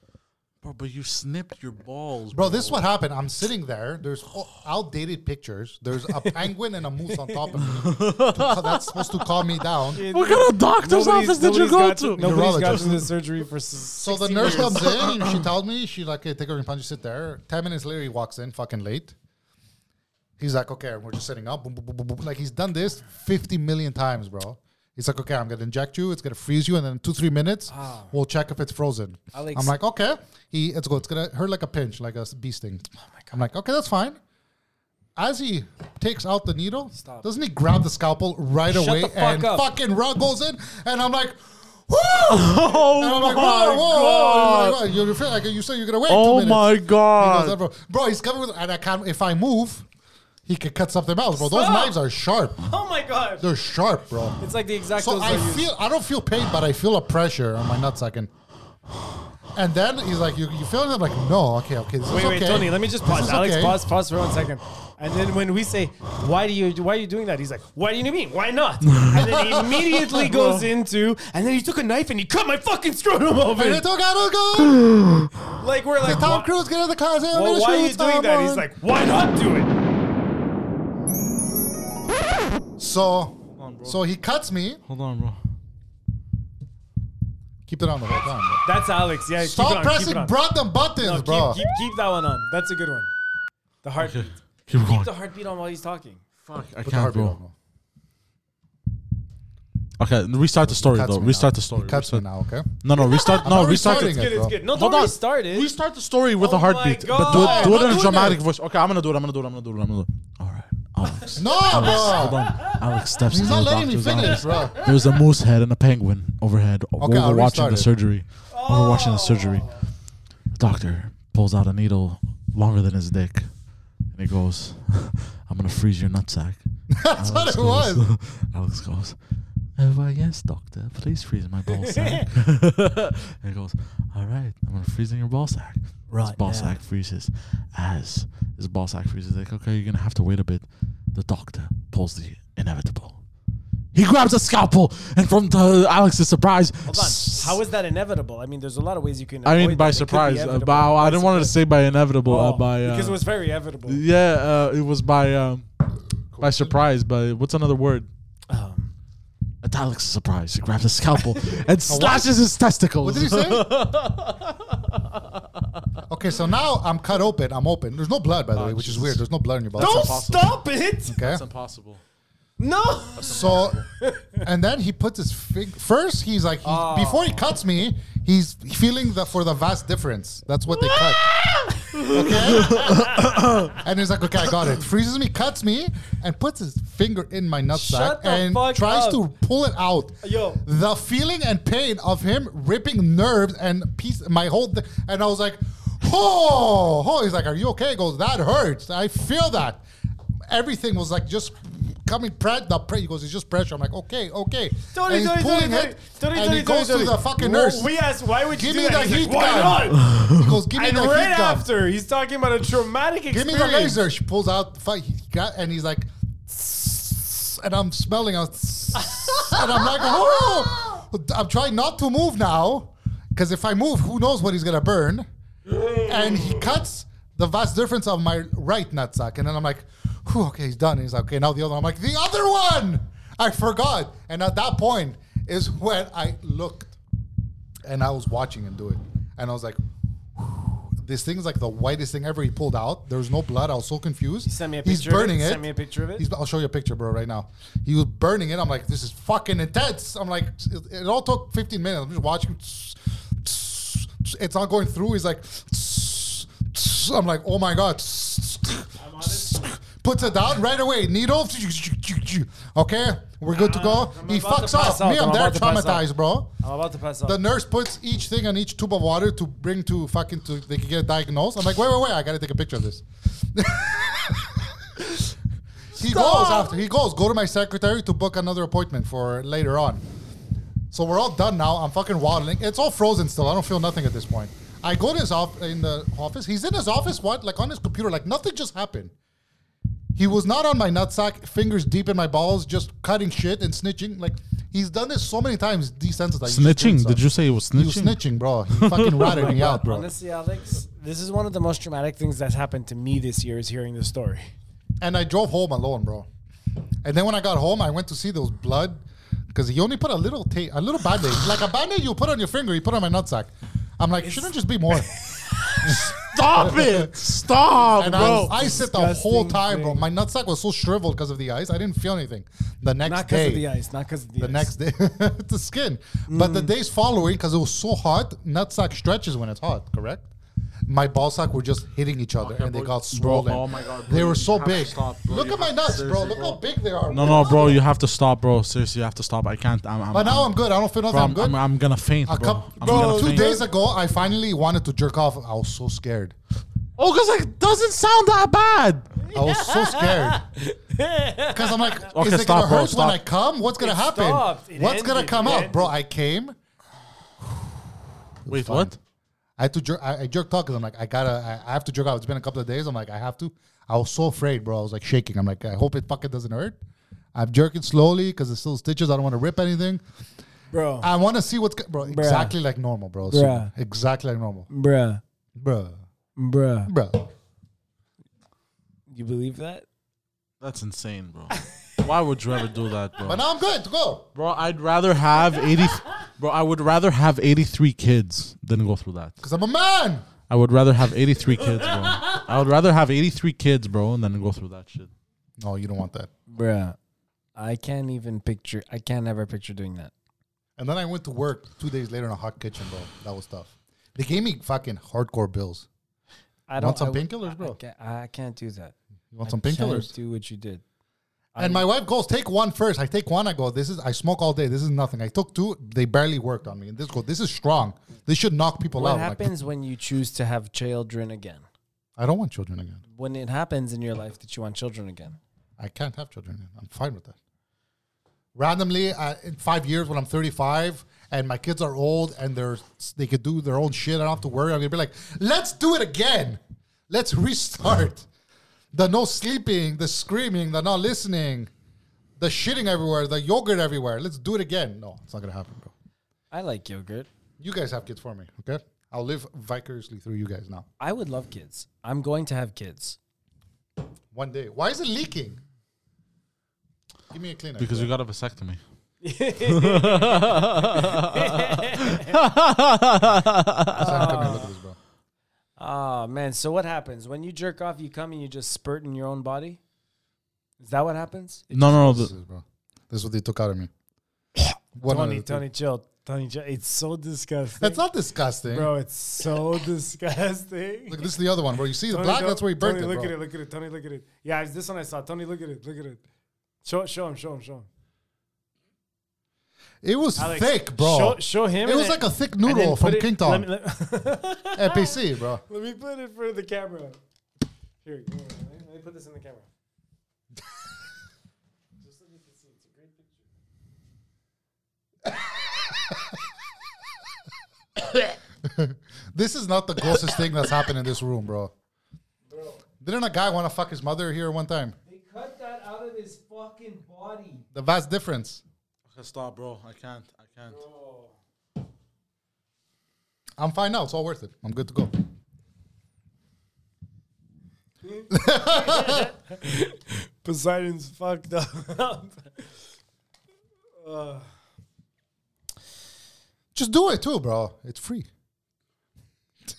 C: Bro, but you snipped your balls,
A: bro. This is what happened. I'm sitting there. There's o- outdated pictures. There's a (laughs) penguin and a moose on top of me. To- that's supposed to calm me down.
C: What kind of doctor's office did you go to?
D: nobody's got
A: Urologist.
D: through the surgery for. So
A: So the nurse comes in and she tells me, she like, hey, take her punch, sit there. Ten minutes later, he walks in, fucking late. He's like, okay, we're just sitting up. Boom, boom, boom, boom, boom. Like he's done this fifty million times, bro. He's like, okay, I'm gonna inject you. It's gonna freeze you, and then in two, three minutes, we'll check if it's frozen.
D: Ah. Alex-
A: I'm like, okay. He, it's good. It's gonna hurt like a pinch, like a s- bee sting.
D: Oh
A: I'm like, okay, that's fine. As he takes out the needle,
D: Stop.
A: doesn't he grab the scalpel right
D: Shut
A: away
D: the fuck
A: and
D: up.
A: fucking rug goes in? And I'm like,
C: (laughs) Oh
A: and I'm like, whoa, whoa, whoa, whoa, whoa. Oh You're, you're, like, you said you're gonna wait. two
C: Oh
A: minutes.
C: my
A: He goes,
C: god!
A: bro, bro, he's coming with, and I can't. If I move, he could cut something else, bro. Those
D: Stop.
A: knives are sharp.
D: (laughs) Oh my god!
A: They're sharp, bro.
D: It's like the exact.
A: So I feel, I don't feel pain, but I feel a pressure on my nutsack, and and then he's like, "You, you feel it?" I'm like, "No, okay, okay, this
D: Wait,
A: is
D: wait,
A: okay."
D: Tony. Let me just
A: This
D: pause.
A: is
D: Alex,
A: okay.
D: pause, pause for one second. And then when we say, "Why do you? Why are you doing that?" He's like, "Why do you mean?
A: (laughs)
D: Why not?" And then he immediately goes into, and then he took a knife and he cut my fucking scrotum
A: And
D: open.
A: it took out a gun.
D: Like we're like,
A: Tom
D: why-
A: Cruise, get out of the car. Say, I'm
D: well,
A: gonna
D: why are
A: shoot
D: you doing that?
A: someone.
D: He's like, "Why not do it?"
A: so, so he cuts me.
C: Hold on, bro.
A: Keep it on the whole time. Bro.
D: That's Alex. Yeah, keep
A: Stop
D: it on,
A: pressing
D: keep it on.
A: bottom buttons,
D: No, keep-
A: bro.
D: Keep, keep that one on. That's a good one. The heartbeat.
C: Keep going.
D: Keep the heartbeat on while he's talking.
C: Fuck, I
A: Put the
C: can't,
A: heartbeat
C: bro.
A: on, bro.
C: Okay, restart the story
A: cuts
C: though.
A: me
C: Restart
A: now.
C: the story.
A: He cuts me
C: Restart-
A: now,
D: (laughs)
A: okay?
C: No,
A: (laughs)
C: no, restart. No,
A: not
C: restart.
A: restarting
C: The,
A: it.
D: Good, it's
A: bro.
D: good. No,
C: hold
D: don't
C: on.
D: restart (laughs) it.
C: Restart the story with
D: Oh
C: a
D: my
C: heartbeat, but do
D: God.
C: it, do it in
A: Not
C: a
A: doing
C: dramatic
A: it.
C: voice. Okay, I'm gonna do it. I'm gonna do it. I'm gonna do it. I'm gonna do it. All right, Alex.
A: No, bro.
C: Hold on,
A: (laughs)
C: Alex steps
A: He's
C: into
A: not
C: the
A: letting me
C: doctor's
A: finish,
C: office.
A: bro. (laughs)
D: (laughs)
C: There's a moose head and a penguin overhead while
A: Okay, Oh. I'll
C: we're watching
A: restart
C: the
A: it.
C: surgery. While we're watching the surgery, the doctor pulls out a needle longer than his dick, and he goes, (laughs) "I'm gonna freeze your nutsack."
A: That's what it
C: goes-
A: was.
C: (laughs) Alex goes, "Uh, "Why, yes, doctor. Please freeze my ball
A: (laughs)
C: sack." and he goes, "All right, I'm gonna freeze in your ball sack." His
D: Right
C: ball
D: now.
C: sack freezes. As his ball sack freezes, like, "Okay, you're gonna have to wait a bit." The doctor pulls the inevitable. He grabs a scalpel, and from the, Alex's surprise,
D: Hold on. How is that inevitable? I mean, there's a lot of ways you can.
C: I
D: avoid
C: mean,
D: that.
C: by
D: It could be
C: surprise. Uh,
D: evitable.
C: by, I didn't want to say by inevitable. uh,
D: Oh,
C: by uh,
D: because it was very evitable.
C: yeah, uh, it was by um, by surprise. By what's another word?
A: (laughs)
D: Um,
C: At Alex's surprise, he grabs a
D: (laughs)
C: scalpel and slashes his testicles.
A: What did he
C: (laughs)
A: say? okay, so now I'm cut open.
D: Ah,
A: I'm open. There's no blood, by the way, which is weird. There's no blood in your body.
D: don't
C: impossible.
D: stop it.
A: Okay.
C: impossible.
D: No.
A: So, and then he puts his fig. First, he's like, he,
D: Ah.
A: before he cuts me, he's feeling the for the vast difference. That's what they cut. Okay.
D: (laughs)
A: and he's like, okay, I got it. Freezes me, cuts me, and puts his finger in my nutsack
D: Shut the
A: and
D: fuck
A: tries
D: up.
A: to pull it out.
D: Yo.
A: The feeling and pain of him ripping nerves and piece my whole th- and I was like, oh, oh. He's like, are you okay? He goes, that hurts. I feel that. Everything was like just coming pre the pre he goes, it's just pressure. I'm like, okay, okay.
D: Tony,
A: and he's
D: Tony,
A: pulling
D: Tony,
A: it and
D: Tony, Tony,
A: he
D: Tony,
A: goes
D: Tony.
A: to the fucking
D: Well,
A: nurse.
D: We asked, why would you
A: Give
D: do
A: me
D: that?
A: the
D: He's like,
A: heat
D: why
A: gun.
D: not?
A: He goes, give me
D: And
A: the
D: right
A: heat gun.
D: after, he's talking about a traumatic
A: Give
D: experience.
A: me the laser. She pulls out the fight, got, and he's like, and I'm smelling, I'm, and I'm like, oh, I'm trying not to move now, because if I move, who knows what he's gonna burn? And he cuts the vast difference of my right nutsack, and then I'm like, whew, okay, he's done. He's like, okay, now the other one. I'm like, the other one. I forgot. And at that point is when I looked, and I was watching him do it, and I was like. This thing's like the whitest thing ever. He pulled out. There was no blood. I was so confused. He
D: sent me a
A: He's
D: picture of it.
A: burning
D: He
A: it.
D: sent me a picture of it.
A: He's I'll show you a picture, bro, right now. He was burning it. I'm like, this is fucking intense. I'm like, it, it all took 15 minutes. I'm just watching. It's not going through. He's like, I'm like, oh my God. Puts it down right away. Needle. Okay, we're good to go.
D: I'm
A: He
D: about to
A: fucks
D: pass
A: up. Me,
D: out.
A: I'm
D: I'm
A: there
D: about to pass out.
A: traumatized, bro.
D: I'm about to pass out.
A: The nurse puts each thing on each tube of water to bring to fucking to they can get diagnosed. I'm like, wait, wait, wait, I gotta take a picture of this. (laughs) he goes after he goes, go to my secretary to book another appointment for later on. So we're all done now. I'm fucking waddling. It's all frozen still. I don't feel nothing at this point. I go to his off in the office. He's in his office, what? Like on his computer, like nothing just happened. He was not on my nutsack, fingers deep in my balls, just cutting shit and snitching. Like he's done this so many times, desensitized. He's just doing
C: Snitching?
A: stuff.
C: Did you say it was
A: He was
C: snitching?
A: snitching, bro. He
D: (laughs)
A: fucking ratted me out, bro.
D: Honestly, Alex, this is one of the most traumatic things that's happened to me this year is hearing this story.
A: And I drove home alone, bro. And then when I got home, I went to see those blood because he only put a little tape, a little band aid, like a band aid you put on your finger. He put on my nutsack. I'm like, shouldn't it just be
D: (laughs)
A: more. (laughs)
C: Stop it! Stop,
A: And I,
C: bro.
A: was, I sit the whole
D: Disgusting
A: time, bro.
D: thing.
A: My nutsack was so shriveled because of the ice. I didn't feel anything. The next
D: Not because
A: day,
D: of the ice. Not because of the,
A: the
D: ice.
A: next day, (laughs) it's the skin. But the days following, because it was so hot, nutsack stretches when it's hot, correct? My ball sack were just hitting each other and they got swollen.
C: oh my God, bro,
A: they
C: you
A: were so
C: have to
A: big.
C: stop, bro.
A: Look
C: You
A: at my
C: have-
A: nuts, bro.
C: seriously,
A: Look
C: bro.
A: how big they are.
C: no, no, bro. You have to stop, bro. Seriously, you have to stop. I can't. I'm. I'm
A: But now
C: I'm,
A: I'm good. I don't feel nothing.
C: bro,
A: I'm
C: I'm,
A: good.
C: I'm, I'm gonna faint,
A: A
C: bro.
A: couple,
C: I'm
A: bro
C: gonna
A: two
C: faint.
A: days ago, I finally wanted to jerk off. I was so scared.
C: Oh, cause like it doesn't sound that bad.
A: I was so scared
D: (laughs)
A: because I'm like,
C: Okay,
A: is it
C: stop,
A: gonna
C: bro,
A: hurt when
C: stop.
A: I come? What's gonna
D: It
A: happen?
D: stopped. It
A: What's gonna
D: ended.
A: come
D: It
A: out, bro? I came.
C: Wait,
A: fine.
C: what?
A: I had to jerk. I, I jerked off because I'm like, I gotta. I, I have to jerk off. It's been a couple of days. I'm like, I have to. I was so afraid, bro. I was like shaking. I'm like, I hope it fucking doesn't hurt. I'm jerking slowly because it's still stitches. I don't want to rip anything.
D: Bro.
A: I want to see what's go- bro. Exactly like normal, bro. So,
D: Bruh.
A: Exactly like normal,
D: bruh.
A: bro.
D: Bruh.
A: Bro.
D: You believe that?
C: That's insane, bro. Why would you ever do that, bro?
A: But now I'm good to go.
C: Bro, I'd rather have 80 Bro, I would rather have 83 kids than go through that.
A: Cause I'm a man.
C: I would rather have 83 kids, bro. I would rather have 83 kids, bro, and then go through that shit.
A: No, you don't want that.
D: Bruh. I can't even picture. I can't ever picture doing that.
A: And then I went to work two days later in a hot kitchen, bro. That was tough. They gave me fucking hardcore bills.
D: I don't.
A: some
D: I would-
A: painkillers,
D: I-
A: bro?
D: I can't, I can't do that.
A: You want some
D: I can't
A: painkillers?
D: Do what you did.
A: And my wife goes, take one first. I take one. I go, this is, I smoke all day. This is nothing. I took two. They barely worked on me. And this go, this is strong. This should knock people
D: What
A: out. Like,
D: happens when you choose to have children again?
A: I don't want children again.
D: When it happens in your life that you want children again?
A: I can't have children. again. I'm fine with that. Randomly, uh, in five years when I'm 35 and my kids are old and they're they could do their own shit, I don't have to worry. I'm gonna be like, let's do it again. Let's restart. (laughs) The no sleeping, the screaming, the not listening, the shitting everywhere, the yogurt everywhere. Let's do it again. No, it's not gonna happen, bro.
D: I like yogurt.
A: You guys have kids for me, okay? I'll live vicariously through you guys now.
D: I would love kids. I'm going to have kids.
A: One day. Why is it leaking? Give me a Kleenex.
C: Because you got a vasectomy.
A: Sam, come here, look at this, bro.
D: Ah, Oh man, so what happens when you jerk off? You come and you just spurt in your own body. Is that what happens?
C: No, no, no.
A: This
C: the-
A: is, bro. This is what they took out of me. One of
D: (laughs) Tony,
A: the two.
D: Tony, chill. Tony, chill. It's so disgusting.
A: That's not disgusting.
D: bro. It's so (laughs) disgusting.
A: Look, this is the other one, bro. You see the
D: Tony,
A: black?
D: don't-
A: That's where he burnt
D: Tony,
A: it,
D: look
A: bro.
D: at it. Look at it. Tony, look at it. Yeah, it's this one I saw. Tony, look at it. Look at it. Show, show him. Show him. Show him.
A: It was
D: Alex,
A: thick, bro.
D: Show, show him.
A: it
D: and
A: was
D: then-
A: like a thick
D: and then
A: noodle
D: put
A: from
D: it-
A: King
D: Let
A: Tom
D: me, let, (laughs)
A: at PC, bro.
D: let me put it in front of the camera. Here, come on, let me- let me put this in the camera. (laughs) Just so you can see, it's a great picture.
A: This is not the grossest thing that's happened in this room, bro.
D: Bro,
A: Didn't a guy want to fuck his mother here one time?
D: they cut that out of his fucking body.
A: The vast difference.
C: Stop, bro. I can't. I can't.
D: Oh.
A: I'm fine now. It's all worth it. I'm good to go.
D: Poseidon's fucked up. (laughs) uh,
A: Just do it too, bro. It's free. (laughs)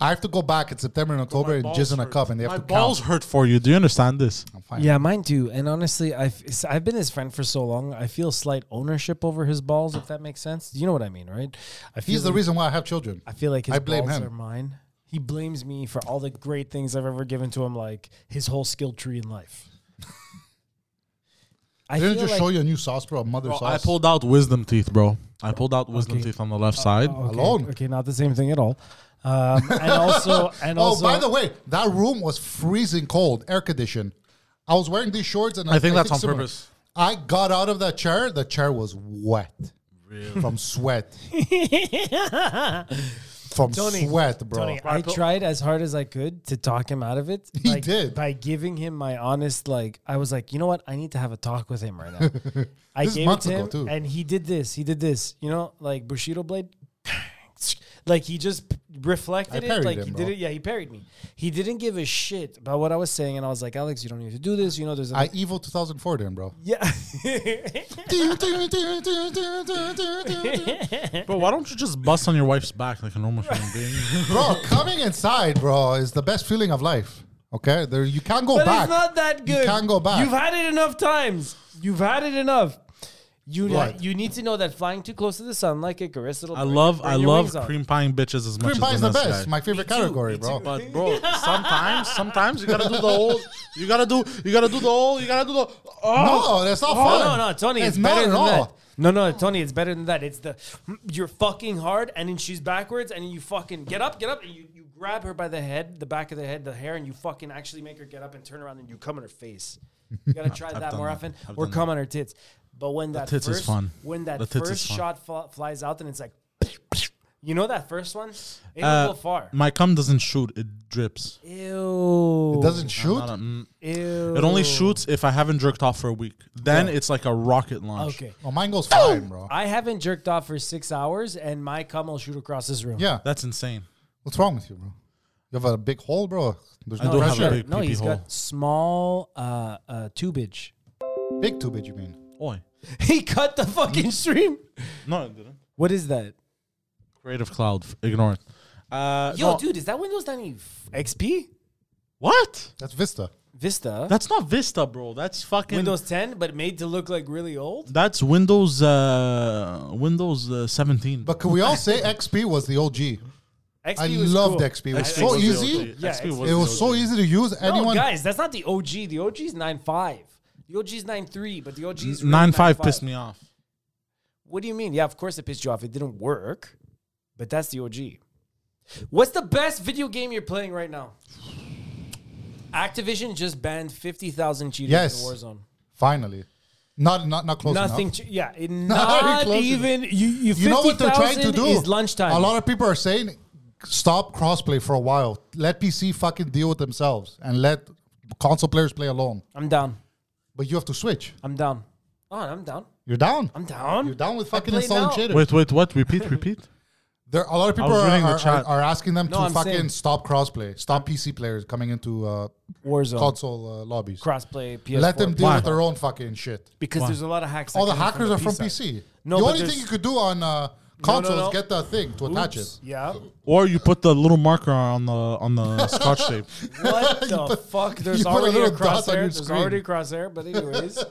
A: I have to go back in September and October and jizz in a cup, and they have
C: My
A: to
C: balls
A: count.
C: hurt for you. Do you understand this?
A: I'm fine.
D: yeah, mine too. And honestly, I've s- I've been his friend for so long. I feel slight ownership over his balls, if that makes sense. You know what I mean, right? I feel
A: He's the
D: like-
A: reason why I have children.
D: I feel like his
A: I blame
D: balls
A: him.
D: are mine. He blames me for all the great things I've ever given to him, like his whole skill tree
A: (laughs)
D: in life. I
A: Didn't
D: feel
A: just
D: like-
A: show you a new sauce, bro? A mother
C: Bro, I
A: sauce.
C: pulled out wisdom teeth, bro. I pulled out wisdom
D: Okay.
C: teeth on the left side.
D: Oh, okay,
A: Alone.
D: Okay, not the same thing at all. Um,
A: (laughs)
D: and also, and
A: oh,
D: also,
A: by the way, that room was freezing cold, air conditioned. I was wearing these shorts, and
C: I think that's on
A: similar.
C: purpose.
A: I got out of that chair. The chair was wet
C: Really?
A: from sweat.
D: (laughs)
A: from
D: Tony,
A: sweat, bro.
D: Tony, I tried as hard as I could to talk him out
A: (laughs)
D: of it.
A: He
D: like,
A: did.
D: by giving him my honest, like I was like, you know what, I need to have a talk with him right
A: (laughs)
D: now. I
A: This is
D: gave it
A: months
D: to
A: ago,
D: him,
A: too.
D: and he did this. He did this. You know, like Bushido blade. (laughs) Like he just p- reflected
A: I
D: it,
A: parried
D: like
A: him,
D: he
A: bro.
D: did it. Yeah, he parried me. He didn't give a shit about what I was saying, and I was like, "Alex, you don't need to do this." You know, there's a
A: I evil 2004 then, bro.
D: (laughs) yeah.
C: Bro, why don't you just bust on your wife's back like a normal human being?
A: (laughs) bro, coming inside, bro, is the best feeling of life. Okay, there you can't go
D: But
A: back.
D: it's not that good.
A: can't go back.
D: You've had it enough times. You've had it enough. You
A: Right.
D: you need to know that flying too close to the sun, like it caress it'll
C: I
D: burn-
C: love
D: burn
C: I
D: your
C: love
D: wings out.
C: cream pieing bitches as much
A: Cream pie
C: as
A: is
C: the
A: the
C: next
A: best.
C: (laughs) guy.
A: My favorite category,
D: me
A: bro.
C: But bro, sometimes sometimes you gotta do the whole. You gotta do you gotta do the whole. You gotta do the. Oh,
A: No, that's not
D: Oh,
A: fun.
D: no, no, Tony, it's,
A: not
D: better
A: at
D: than
A: all.
D: that. No, no, Tony, it's better than that. It's the you're fucking hard, and then she's backwards, and you fucking get up, get up, and you, you grab her by the head, the back of the head, the hair, and you fucking actually make her get up and turn around, and you come in her face. You
C: (laughs)
D: gotta try that
C: done
D: more
C: that.
D: often,
C: I've
D: or
C: done
D: come on her tits. But when that
C: tits is
D: first,
C: fun.
D: when that
C: The tits is
D: first
C: fun.
D: shot fl- flies out, and it's like, (laughs) you know that first one, it
C: Uh,
D: will go far.
C: my cum doesn't shoot. It drips.
D: Ew.
A: It doesn't shoot.
C: Not a- mm.
D: Ew.
C: It
A: Oh.
C: only shoots if I haven't jerked off for a week. Then it's like a rocket launch.
D: Okay.
A: Oh, mine goes fine, bro.
D: I haven't jerked off for six hours, and my cum will shoot across this room.
A: Yeah,
C: That's insane.
A: what's wrong with you, bro? You have a big hole, bro. There's
C: I
A: no
C: do have a
A: pressure.
C: big-
D: no,
C: pee-pee
D: he's
C: hole.
D: got small uh, uh, tubage.
A: big tubage, you mean?
C: Oi.
D: (laughs) he cut the fucking stream.
C: No, it didn't.
D: What is that?
C: Creative Cloud. f- Ignore it. Uh,
D: Yo,
C: no.
D: dude, is that Windows 90 f- XP?
C: What?
A: That's Vista.
D: Vista.
C: That's not Vista, bro. That's fucking.
D: Windows 10, but made to look like really old.
C: That's Windows. Uh, Windows uh, 17.
A: But can we all
D: (laughs)
A: say XP was the OG?
D: XP
A: I
D: was
A: loved
D: cool.
A: XP. It was
C: XP
A: so
C: was the
A: easy.
C: OG.
D: Yeah,
C: XP
D: it
A: It was so easy to use. Anyone?
D: No, guys, that's not the OG. The OG is 9.5. The OG is 9.3, but the OG is really
C: Nine five pissed me off.
D: What do you mean? Yeah, of course it pissed you off. It didn't work, but that's the OG. What's the best video game you're playing right now? Activision just banned 50,000 cheaters
A: Yes.
D: in Warzone.
A: Finally, not not not close enough.
D: Nothing. Che- yeah, it
A: Not
D: not
A: (laughs) close
D: even. You, you,
A: you know what they're trying to
D: 50,000
A: do
D: is lunchtime.
A: A lot of people are saying stop crossplay for a while. Let PC fucking deal with themselves and let console players play alone.
D: I'm down.
A: But you have to switch.
D: I'm down. Oh, I'm down.
A: You're down.
D: I'm down.
A: You're down with fucking
D: play
A: installing
D: now.
A: cheaters.
C: Wait, wait, what? Repeat, repeat.
A: There, a lot of people
C: was
A: are,
C: reading the
A: are, are,
C: chat.
A: are asking them
D: No,
A: to
D: I'm
A: fucking
D: saying-
A: stop crossplay, stop PC players coming into uh,
D: Warzone.
A: console uh, lobbies.
D: Crossplay. PS4.
A: Let them deal
C: Why?
A: with their own fucking shit.
D: because there's a lot of hacks. that
A: All the
D: come in
A: hackers are from
D: side.
A: PC.
D: No,
A: the
D: but
A: only thing
D: there's-
A: you could do on uh, consoles
D: no.
A: get that thing to attach it.
D: Oops. Yeah.
C: Or you put the little marker on the on
A: (laughs)
C: the scotch tape.
D: (laughs) What the fuck?
A: you
D: There's
A: put a
D: already a,
A: little dot on
D: crosshair.
A: your
D: There's
A: screen.
D: already a crosshair. But (laughs) anyways,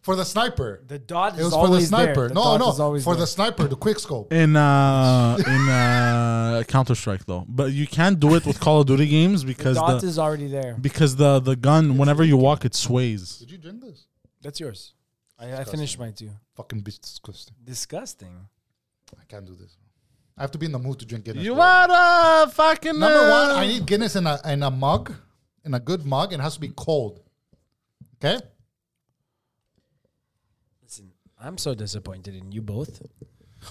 A: for the sniper.
D: the dot
A: It
D: is
A: was for the
D: always there.
A: sniper.
D: The
A: No,
D: dot
A: no,
D: is always
A: for
D: there.
A: the sniper, the quick scope.
C: in uh in uh Counter Strike though. But you can't do it with Call of Duty games because
D: dot
C: the
D: is already there.
C: because the the gun whenever you walk it sways.
A: Did you drink this?
D: That's yours. I, I finished my two.
A: Fucking bitch, disgusting.
D: Disgusting.
A: I can't do this. I have to be in the mood to drink Guinness.
C: You
A: bro.
C: wanna fucking
A: Number one, I need Guinness in a in a mug, in a good mug, and it has to be cold. Okay,
D: Listen, I'm so disappointed in you both.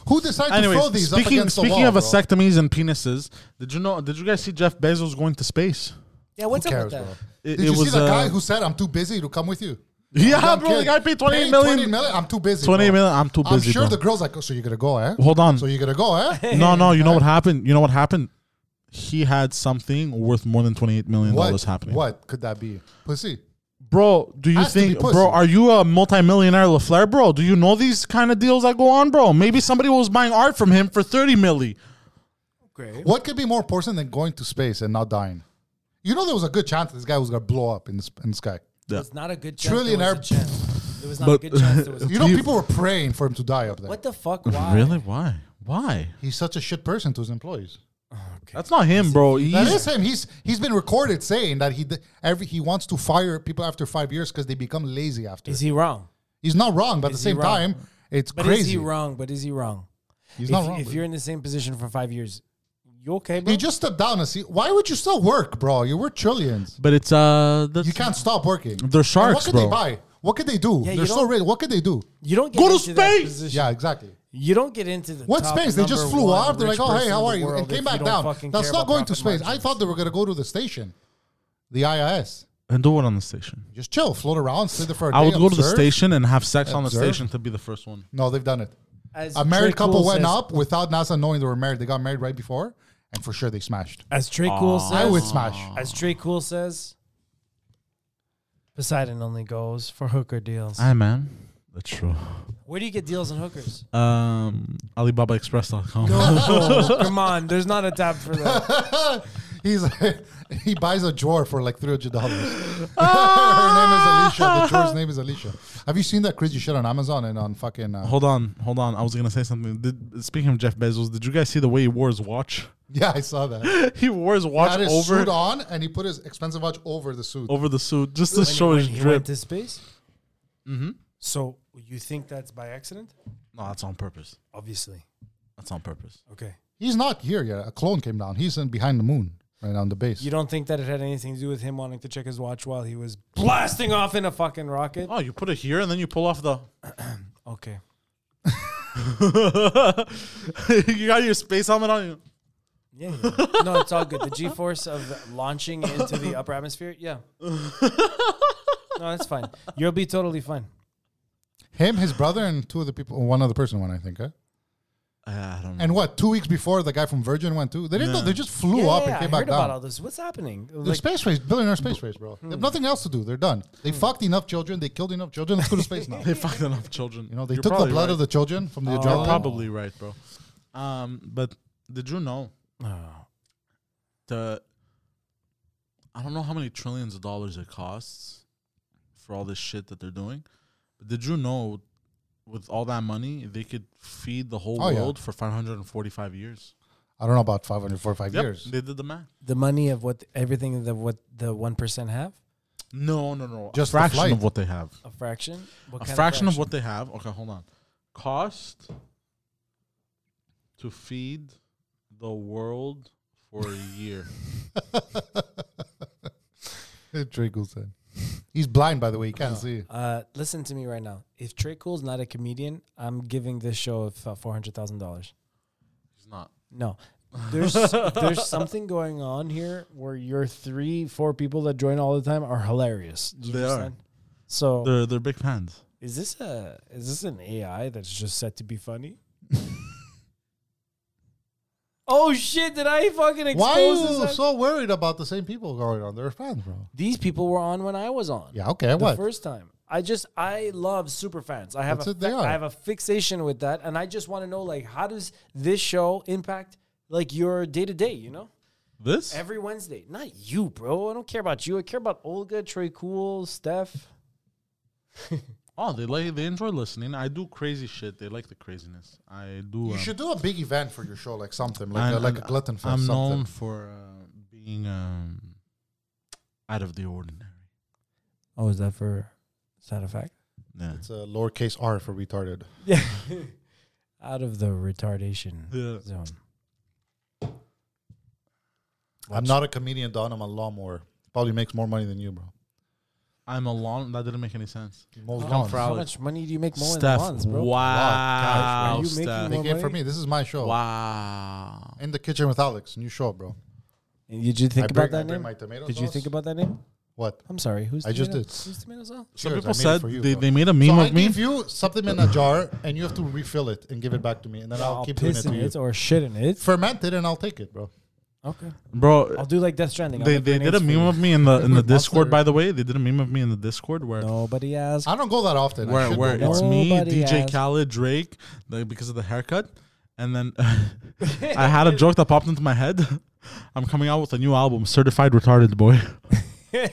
A: who decided to throw
C: Anyway,
A: these up
C: speaking
A: against the
C: speaking
A: wall,
C: of
A: bro?
C: vasectomies and penises, did you know? Did you guys see Jeff Bezos going to space?
D: Yeah, what's
A: Who
D: up
A: cares,
D: with that?
A: bro?
C: It,
A: Did you see the
C: uh,
A: guy who said, "I'm too busy to come with you"?
C: (laughs) yeah,
A: Young
C: bro. The
A: kid.
C: guy paid twenty eight
A: Hey,
C: million.
A: 20 million. I'm too busy.
C: 28
A: bro.
C: million, I'm too
A: I'm
C: busy,
A: sure
C: bro.
A: the girl's like, oh, "So you're gonna go, eh?
C: Hold on.
A: So you're gonna go,
C: (laughs)
A: eh?
C: no, no. You know what happened? You know what happened? He had something worth more than twenty eight million
A: what
C: dollars happening.
A: What could that be? Pussy.
C: Bro, do you
A: Has to be
C: think,
A: pussy.
C: bro, are you a multimillionaire LaFleur, bro? Do you know these kind of deals that go on, bro? Maybe somebody was buying art from him for 30 milli.
D: Great.
A: What could be more important than going to space and not dying? You know, there was a good chance this guy was gonna blow up in the, sp- in the sky.
D: It was not a good chance.
A: Trillionaire.
D: There was a chance. It was not
C: But-
D: a good chance. There was a
A: You know,
C: You-
A: people were praying for him to die up there.
D: What the fuck? Why?
C: Why? Why?
A: He's such a shit person to his employees.
C: That's not him, bro.
A: That
C: He's,
A: is him. He's he's been recorded saying that he d- every he wants to fire people after five years because they become lazy after.
D: Is he wrong?
A: he's not wrong, but at the
D: is he
A: same
D: wrong?
A: time, it's
D: But is
A: crazy.
D: he wrong? But is he wrong?
A: He's
D: if
A: not wrong.
D: if
A: bro.
D: you're in the same position for five years, you okay, bro?
A: he just stepped down and see. Why would you still work, bro? You worth trillions.
C: but it's, uh, that's,
A: You can't stop working.
C: they're
A: And
C: sharks,
A: what could
C: bro.
A: they buy? What could they do?
D: Yeah, you
A: They're so
D: don't-
A: rich. What could they do?
D: you don't get
C: Go to
D: into that
C: space!
D: position.
A: Yeah, exactly.
D: You don't get into the
A: What
D: top
A: space? They just
D: number
A: flew
D: one
A: up. They're
D: rich
A: like, oh,
D: person
A: hey,
D: in
A: how
D: the
A: are you?
D: world
A: And
D: if
A: came
D: you
A: back
D: don't
A: down.
D: fucking
A: That's
D: care
A: not
D: about
A: going to
D: profit
A: space. I
D: margins.
A: thought they were going to go to the station, the IIS.
C: and do it on the station.
A: Just chill, float around, sit there for a
C: I
A: day,
C: would go to the
A: observe.
C: station and have sex on the
A: Observe.
C: station to be the first one.
A: No, they've done it.
D: As
A: A married
D: Trey
A: couple
D: Cool
A: went
D: says-
A: up without NASA knowing they were married. They got married right before, and for sure they smashed.
D: As Trey Cool says,
A: I would smash.
D: as Trey Cool says, Poseidon only goes for hooker deals.
C: Aye, man. That's true.
D: Where do you get deals
A: (laughs)
D: on hookers?
C: Um, AlibabaExpress.com.
D: Oh, come on, there's not a tab
A: (laughs)
D: for that.
A: He's (laughs) he buys a drawer for like three hundred dollars. (laughs)
D: Ah!
A: Her name is Alicia. The drawer's name is Alicia. Have you seen that crazy shit on Amazon and on fucking? Uh,
C: (laughs) Hold on, hold on. I was gonna say something. Did, speaking of Jeff Bezos, did you guys see the way he wore his watch? (laughs)
A: yeah, I saw that.
C: he wore his
A: He
C: watch
A: had his
C: over
A: suit on, and he put his expensive watch over the suit.
C: over the suit just to show his
D: he
C: drip.
D: went to space. Mm-hmm. So you think that's by accident?
C: No, that's on purpose.
D: Obviously.
C: That's on purpose.
D: Okay.
A: He's not here yet. A clone came down. He's in behind the moon, right on the base.
D: You don't think that it had anything to do with him wanting to check his watch while he was blasting off in a fucking rocket?
C: Oh, you put it here and then you pull off the.
D: Okay.
C: (laughs) you got your space helmet on. You.
D: Yeah, yeah. No, it's all good. The G force of launching into the upper atmosphere. Yeah. No, that's fine. You'll be totally fine.
A: Him, his brother, and two other people. One other person went, I think. Huh?
C: I don't know.
A: And what? Two weeks before, the guy from Virgin went too. They didn't.
C: Yeah.
A: They just flew
D: yeah,
A: up
D: yeah,
A: and came
D: I
A: back
D: heard
A: down.
D: about all this. What's happening?
A: They're
D: Like,
A: space race, billionaire space race, bro.
C: Hmm.
A: They have nothing else to do. They're done. They fucked enough children. They killed enough children. Let's go to
C: (laughs)
A: space now.
C: They fucked enough children.
A: You know, they took the blood of the children from the
C: You're
A: adrenaline.
C: probably right, bro. Um, but did you know
D: Oh.
C: the? I don't know how many trillions of dollars it costs for all this shit that they're doing. But did you know, with all that money, they could feed the whole
A: Oh, yeah.
C: world for 545 years?
A: I don't know about 545
C: Yep, (laughs)
A: years. (laughs)
C: they did the math.
D: the money of what everything that what the one percent have
C: No, no, no.
A: Just
C: Just
A: the
C: a fraction
A: flight.
C: of what they have.
D: a fraction. What
C: a
D: kind
C: fraction of what they have. Okay, hold on. Cost to feed the world for a year.
A: Draco said. He's blind, by the way. He can't
C: (laughs)
A: see.
D: Uh, listen to me right now. If Trey Cool's not a comedian, I'm giving this show of uh, four hundred thousand dollars.
C: It's not. (laughs)
D: No. There's there's something going on here where your three, four people that join all the time are hilarious. Do you
C: They are.
D: understand? So
C: They're they're big fans.
D: is this a is this an AI that's just set to be funny? (laughs) oh shit, did I fucking expose
A: Why are you
D: this?
A: so worried about the same people going on? They're fans, bro.
D: These people were on when I was on.
A: Yeah, okay,
D: The
A: what?
D: first time. I just I love super fans. I have
A: That's
D: a
A: what they
D: fa-
A: are.
D: I have a fixation with that, and I just want to know like how does this show impact like your day to day? You know,
C: This?
D: every Wednesday. Not you, bro. I don't care about you. I care about Olga, Trey, Cool, Steph.
C: oh, they like they enjoy listening. I do crazy shit. They like the craziness. I do.
A: You
C: um,
A: should do a big event for your show, like something, like
C: I'm-
A: a, like a
C: I'm-
A: glutton fest.
C: I'm
A: something.
C: known for uh, being um, out of the ordinary.
D: Oh, is that for? Is that a fact?
C: Yeah.
A: It's a lowercase r for retarded.
D: Yeah. Out of the retardation
C: Yeah.
D: zone.
A: I'm not a comedian, Don. I'm a lawnmower. Probably makes more money than you, bro.
C: I'm a lawn. That didn't make any sense.
A: He mows
C: Oh,
A: lawns.
C: proud.
D: How much money do you make more
C: Steph,
D: than once, bro?
C: wow,
D: Wow, gosh, bro. You
C: Steph.
D: making
A: They
D: more
A: gave for
D: money?
A: me. This is my show.
C: Wow.
A: In the kitchen with Alex. New show, bro.
D: And did you think
A: I
D: about
A: bring- I
D: that
A: bring
D: name?
A: my tomato
D: Did you
A: sauce.
D: think about that name?
A: what?
D: I'm sorry. Who's
A: I just
D: tomato-
A: did.
D: Who's tomato sauce?
C: Some
A: Cheers, I
C: people
A: made it
C: said
A: for you,
C: they,
A: bro.
C: they made a meme
A: So I
C: of me.
A: give you something in a jar, and you have to refill it and give it back to me, and then I'll,
D: I'll
A: keep doing it
D: piss
A: to
D: in
A: you.
D: it or shit in it.
A: Ferment it, and I'll take it, bro.
D: Okay. I'll
C: Bro,
D: do like Death Stranding. I'll
C: they,
D: make
C: they did
D: grenades
C: a
D: for
C: meme
D: you. (laughs)
C: of me in the in the
A: With mustard.
C: Discord. By the way, they did a meme of me in the Discord where
D: Nobody
A: (laughs)
D: asked.
A: I don't go that often. I
C: where
A: should
C: where
A: go more.
C: it's me,
D: Nobody
C: DJ
D: asked.
C: Khaled, Drake, like, because of the haircut,
D: (laughs)
C: and then (laughs) I had a joke that popped into my head. (laughs) I'm coming out with a new album, Certified Retarded Boy. (laughs)
A: You're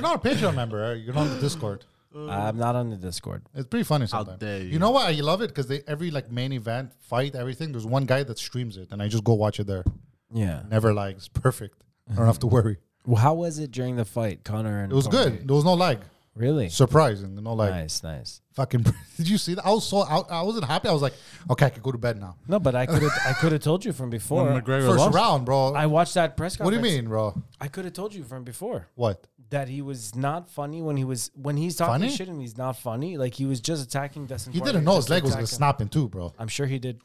A: not a Patreon member. Right? You're not on the Discord.
D: I'm not on the Discord.
A: It's pretty funny sometimes.
C: dare you.
A: You know why I love it? Because they every like main event, fight, everything. There's one guy that streams it, and I just go watch it there.
D: Yeah.
A: Never lags. Perfect. I don't have to worry.
D: Well, how was it during the fight, Connor? And
A: It was
D: Poirier?
A: good. There was no lag.
D: Really?
A: Surprising. No lag.
D: nice, nice.
A: Fucking. (laughs) Did you see that? I was so. I, I wasn't happy. I was like, okay, I could go to bed now.
D: No, but I could have I could have told you from before.
C: When McGregor
A: First
C: lost.
A: round, bro.
D: I watched that press
A: what do
D: conference.
A: you mean, bro?
D: I could have told you from before
A: What?
D: that he was not funny when he was when he's talking
A: Funny?
D: shit and he's not funny. Like he was just attacking Dustin.
A: He
D: Poirier,
A: didn't know
D: just
A: his leg was gonna
D: attacking-
A: snap in two, bro.
D: I'm sure he did.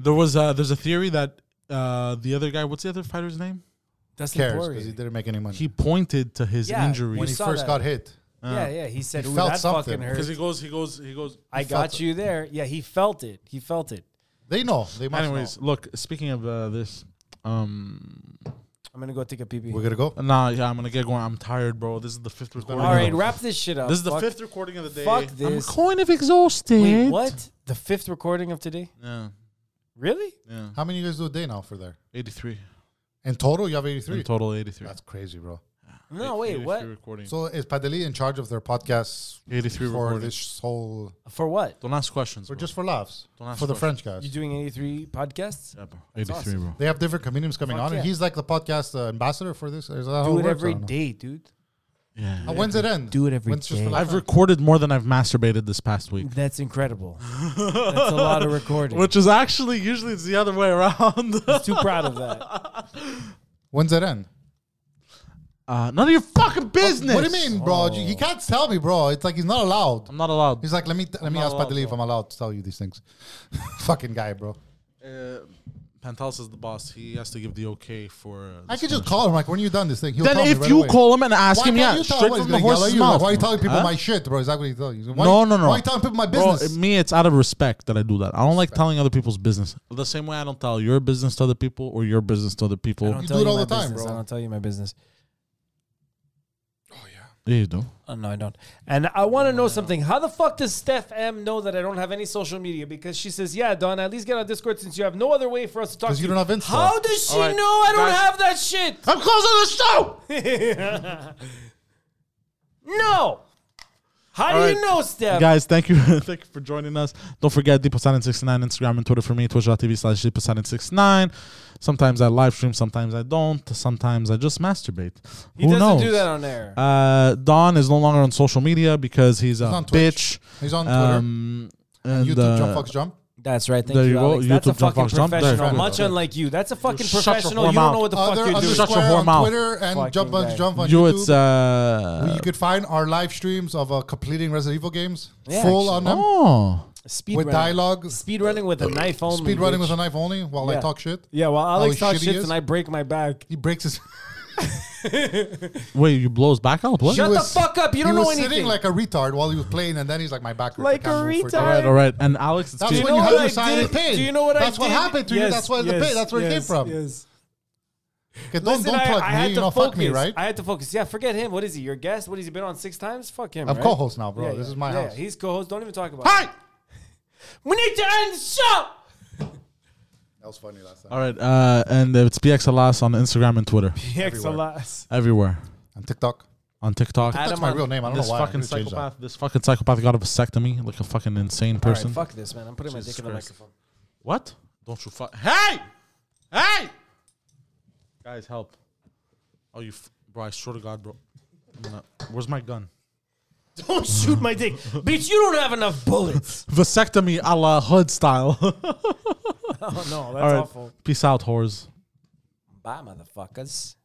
C: There was uh, there's a theory that uh, the other guy, what's the other fighter's name?
D: Dustin
A: Cares
D: Poirier.
A: because he didn't make any money.
C: He pointed to his
D: Yeah,
C: injury
A: when
D: when
A: he
D: saw
A: first
D: that.
A: got hit,
D: yeah, yeah. He said,
A: He
D: "Ooh,
A: felt
D: that
A: something.
D: fucking hurt."
C: because he goes, he goes, he goes.
D: I
A: felt
D: got
A: it.
D: you there. Yeah, he felt it. He felt it.
A: they know. They must
C: Anyways, look. Speaking of uh, this, um,
D: I'm gonna go take a pee pee.
A: know. We're gonna go.
C: nah, yeah, I'm gonna get going. I'm tired, bro. This is the fifth
A: been a
C: recording.
D: All right,
C: of-
D: wrap this shit up.
C: This is the
D: Fuck-
C: fifth recording of the day.
D: Fuck this.
C: I'm kind of exhausted.
D: Wait, what? The fifth recording of today?
C: Yeah,
D: Really?
C: yeah.
A: How many you guys do a day now for there?
C: 83.
A: In total, you have eighty-three.
C: In total, 83.
A: That's crazy, bro.
D: No, wait, what?
C: Recording.
A: So is Padeli in charge of their podcast
C: 83
A: for
C: recording.
A: this whole,
D: For what?
C: Don't ask questions.
A: or
C: bro.
A: just for laughs?
C: Don't ask
A: For the
C: questions.
A: French guys,
D: You doing 83 podcasts?
C: Yeah, bro. 83,
D: awesome.
C: bro.
A: they have different comedians coming
D: Fuck
A: on,
D: yeah.
A: and he's like the podcast uh, ambassador for this. Is that how
D: Do it
A: works? I
D: every
A: don't know.
D: day, dude.
C: Yeah.
A: Uh, when's it end?
D: Do it every
A: When's just
D: day.
A: for
C: I've
A: laughs?
C: recorded more than I've masturbated this past week.
D: That's incredible. That's a lot of recording.
C: Which is actually usually it's the other way around. (laughs)
D: I'm (laughs) too proud of that.
A: When's it end?
C: uh, none of your fucking business.
A: What do you mean, bro? You He
C: Oh.
A: can't tell me, bro. It's like he's not allowed.
C: I'm not allowed.
A: He's like, let me t- let me
C: not
A: ask
C: allowed,
A: Padeli if
C: bro.
A: I'm allowed to tell you these things. (laughs) Fucking guy, bro.
C: Uh, Pantelis is the boss. He has to give the okay for. Uh,
A: I
C: this
A: could just
C: kind of
A: call him like when you're done this thing. He'll
C: shit.
A: tell me
C: Then if
A: right
C: you
A: away.
C: call him and ask him,
A: can't
C: yeah,
A: you tell
C: straight
A: him? He's
C: from the
A: gonna yell
C: horse's
A: at you, like,
C: mouth.
A: why are you telling people
C: Huh?
A: my shit, bro? Is that what he tells you? Why,
C: No, no, no.
A: Why are you telling people my
C: Bro,
A: business?
C: me, it's out of respect that I do that. I don't like telling other people's business. The same way I don't tell your business to other people or your business to other
D: I
C: people.
D: don't
A: You
D: tell
A: do it
D: you
A: all
D: my
A: the time,
D: business.
A: bro.
D: I don't tell you my business.
C: Yeah, you do.
D: Oh, no, I don't. And I want to know something. How the fuck does Steph M know that I don't have any social media? Because she says, "Yeah, Don, at least get on Discord since you have no other way for us to talk."
A: 'Cause
D: to
A: you don't have Insta.
D: How does she
C: All right,
D: know I don't
C: guys.
D: have that shit?
C: I'm closing the show.
D: No. How do
C: All
D: you
C: right.
D: know, Steph?
C: Guys, thank you. (laughs) thank you for joining us. Don't forget Deep Silent 69 Instagram and Twitter for me, twitch.tv slash Deep Silent 69. Sometimes I live stream, sometimes I don't. Sometimes I just masturbate.
D: he
C: Who
D: doesn't
C: knows?
D: do that on air.
C: Uh, Don is no longer on social media because he's, a
A: on
C: bitch.
A: Twitch. He's on Twitter,
C: Um, and,
A: YouTube,
C: uh,
A: Jump Fox Jump.
D: That's right. Thank
C: There
D: you,
C: you go.
D: Alex. That's a
C: YouTube John
D: fucking
C: Fox Jump. There
D: professional.
C: you go.
D: Much unlike you. That's a fucking
C: shut your
D: professional. You don't
C: whore mouth.
D: know what the
A: Other
D: fuck you're doing.
C: Shut your
A: underscore
C: whore
A: on
C: mouth.
A: Twitter and
D: Fucking
A: Jump Fox
D: guy.
A: Jump on
C: you,
A: YouTube.
C: it's uh,
A: you could find our live streams of uh, completing Resident Evil games,
D: Yeah,
A: full on
D: actually.
A: them
C: oh.
D: Speed
A: with
D: running.
A: dialogue,
D: Speed running with a knife only.
A: Uh, speed running with
D: bitch.
A: a knife only while I
D: Yeah.
A: talk shit.
D: Yeah, well, Alex
A: How
D: talks
A: shitty he
D: shit
A: is.
D: and I break my back.
A: He breaks his. (laughs)
C: Wait, you blow his back out? What?
A: He
D: Shut the fuck up. You don't
A: he
D: know
A: was sitting
D: anything.
A: like a retard while he was playing, and then he's like, "My back hurts. I
D: Like
A: can't
D: a
A: move for
D: retard.
A: days."
C: All right, all right. And Alex, it's
A: That's
C: cute.
A: when
D: know
A: you
D: what
A: had
D: I
A: your sign
D: did?
A: in pain.
D: Do you know what I
A: That's what
D: did?
A: happened to you.
D: Yes,
A: That's why the
D: yes,
A: pain. That's where it came
D: yes,
A: from.
D: yes.
A: Okay, don't,
D: Listen,
A: don't
D: I-
A: plug
D: I
A: me.
D: had
A: you
D: to
A: know, fuck me,
D: focus.
A: right?
D: I had to focus. Yeah, forget him. What is he? Your guest? What has he been on six times? Fuck him.
A: I'm
D: right?
A: co-host now, bro.
D: Yeah,
A: This
D: yeah.
A: is my
D: Yeah,
A: house.
D: yeah, He's co-host. Don't even talk about. it.
C: Hi.
D: We need to end
A: (laughs)
D: the show.
A: That was funny last time.
C: All right, uh, and it's PX Alas on Instagram and Twitter,
D: PXLS.
C: everywhere,
A: And TikTok.
C: on TikTok.
D: Adam
A: That's my
D: on-
A: real name. I don't
C: This
A: know why. I
C: fucking
A: just changed that.
C: psychopath. This fucking psychopath got a vasectomy, like a fucking insane
D: All right,
C: person.
D: fuck this, man. I'm putting my
C: Jesus
D: dick in the
C: Christ.
D: microphone. (laughs)
C: What? Don't you fuck? Hey, hey, guys, help! Oh, you, f- bro! I swear to God, bro. I'm not- Where's my gun?
D: Don't shoot my dick, bitch. You don't have enough bullets. (laughs)
C: Vasectomy a la hood style. (laughs) All
D: oh no, that's
C: right,
D: awful.
C: peace out, whores.
D: Bye, motherfuckers.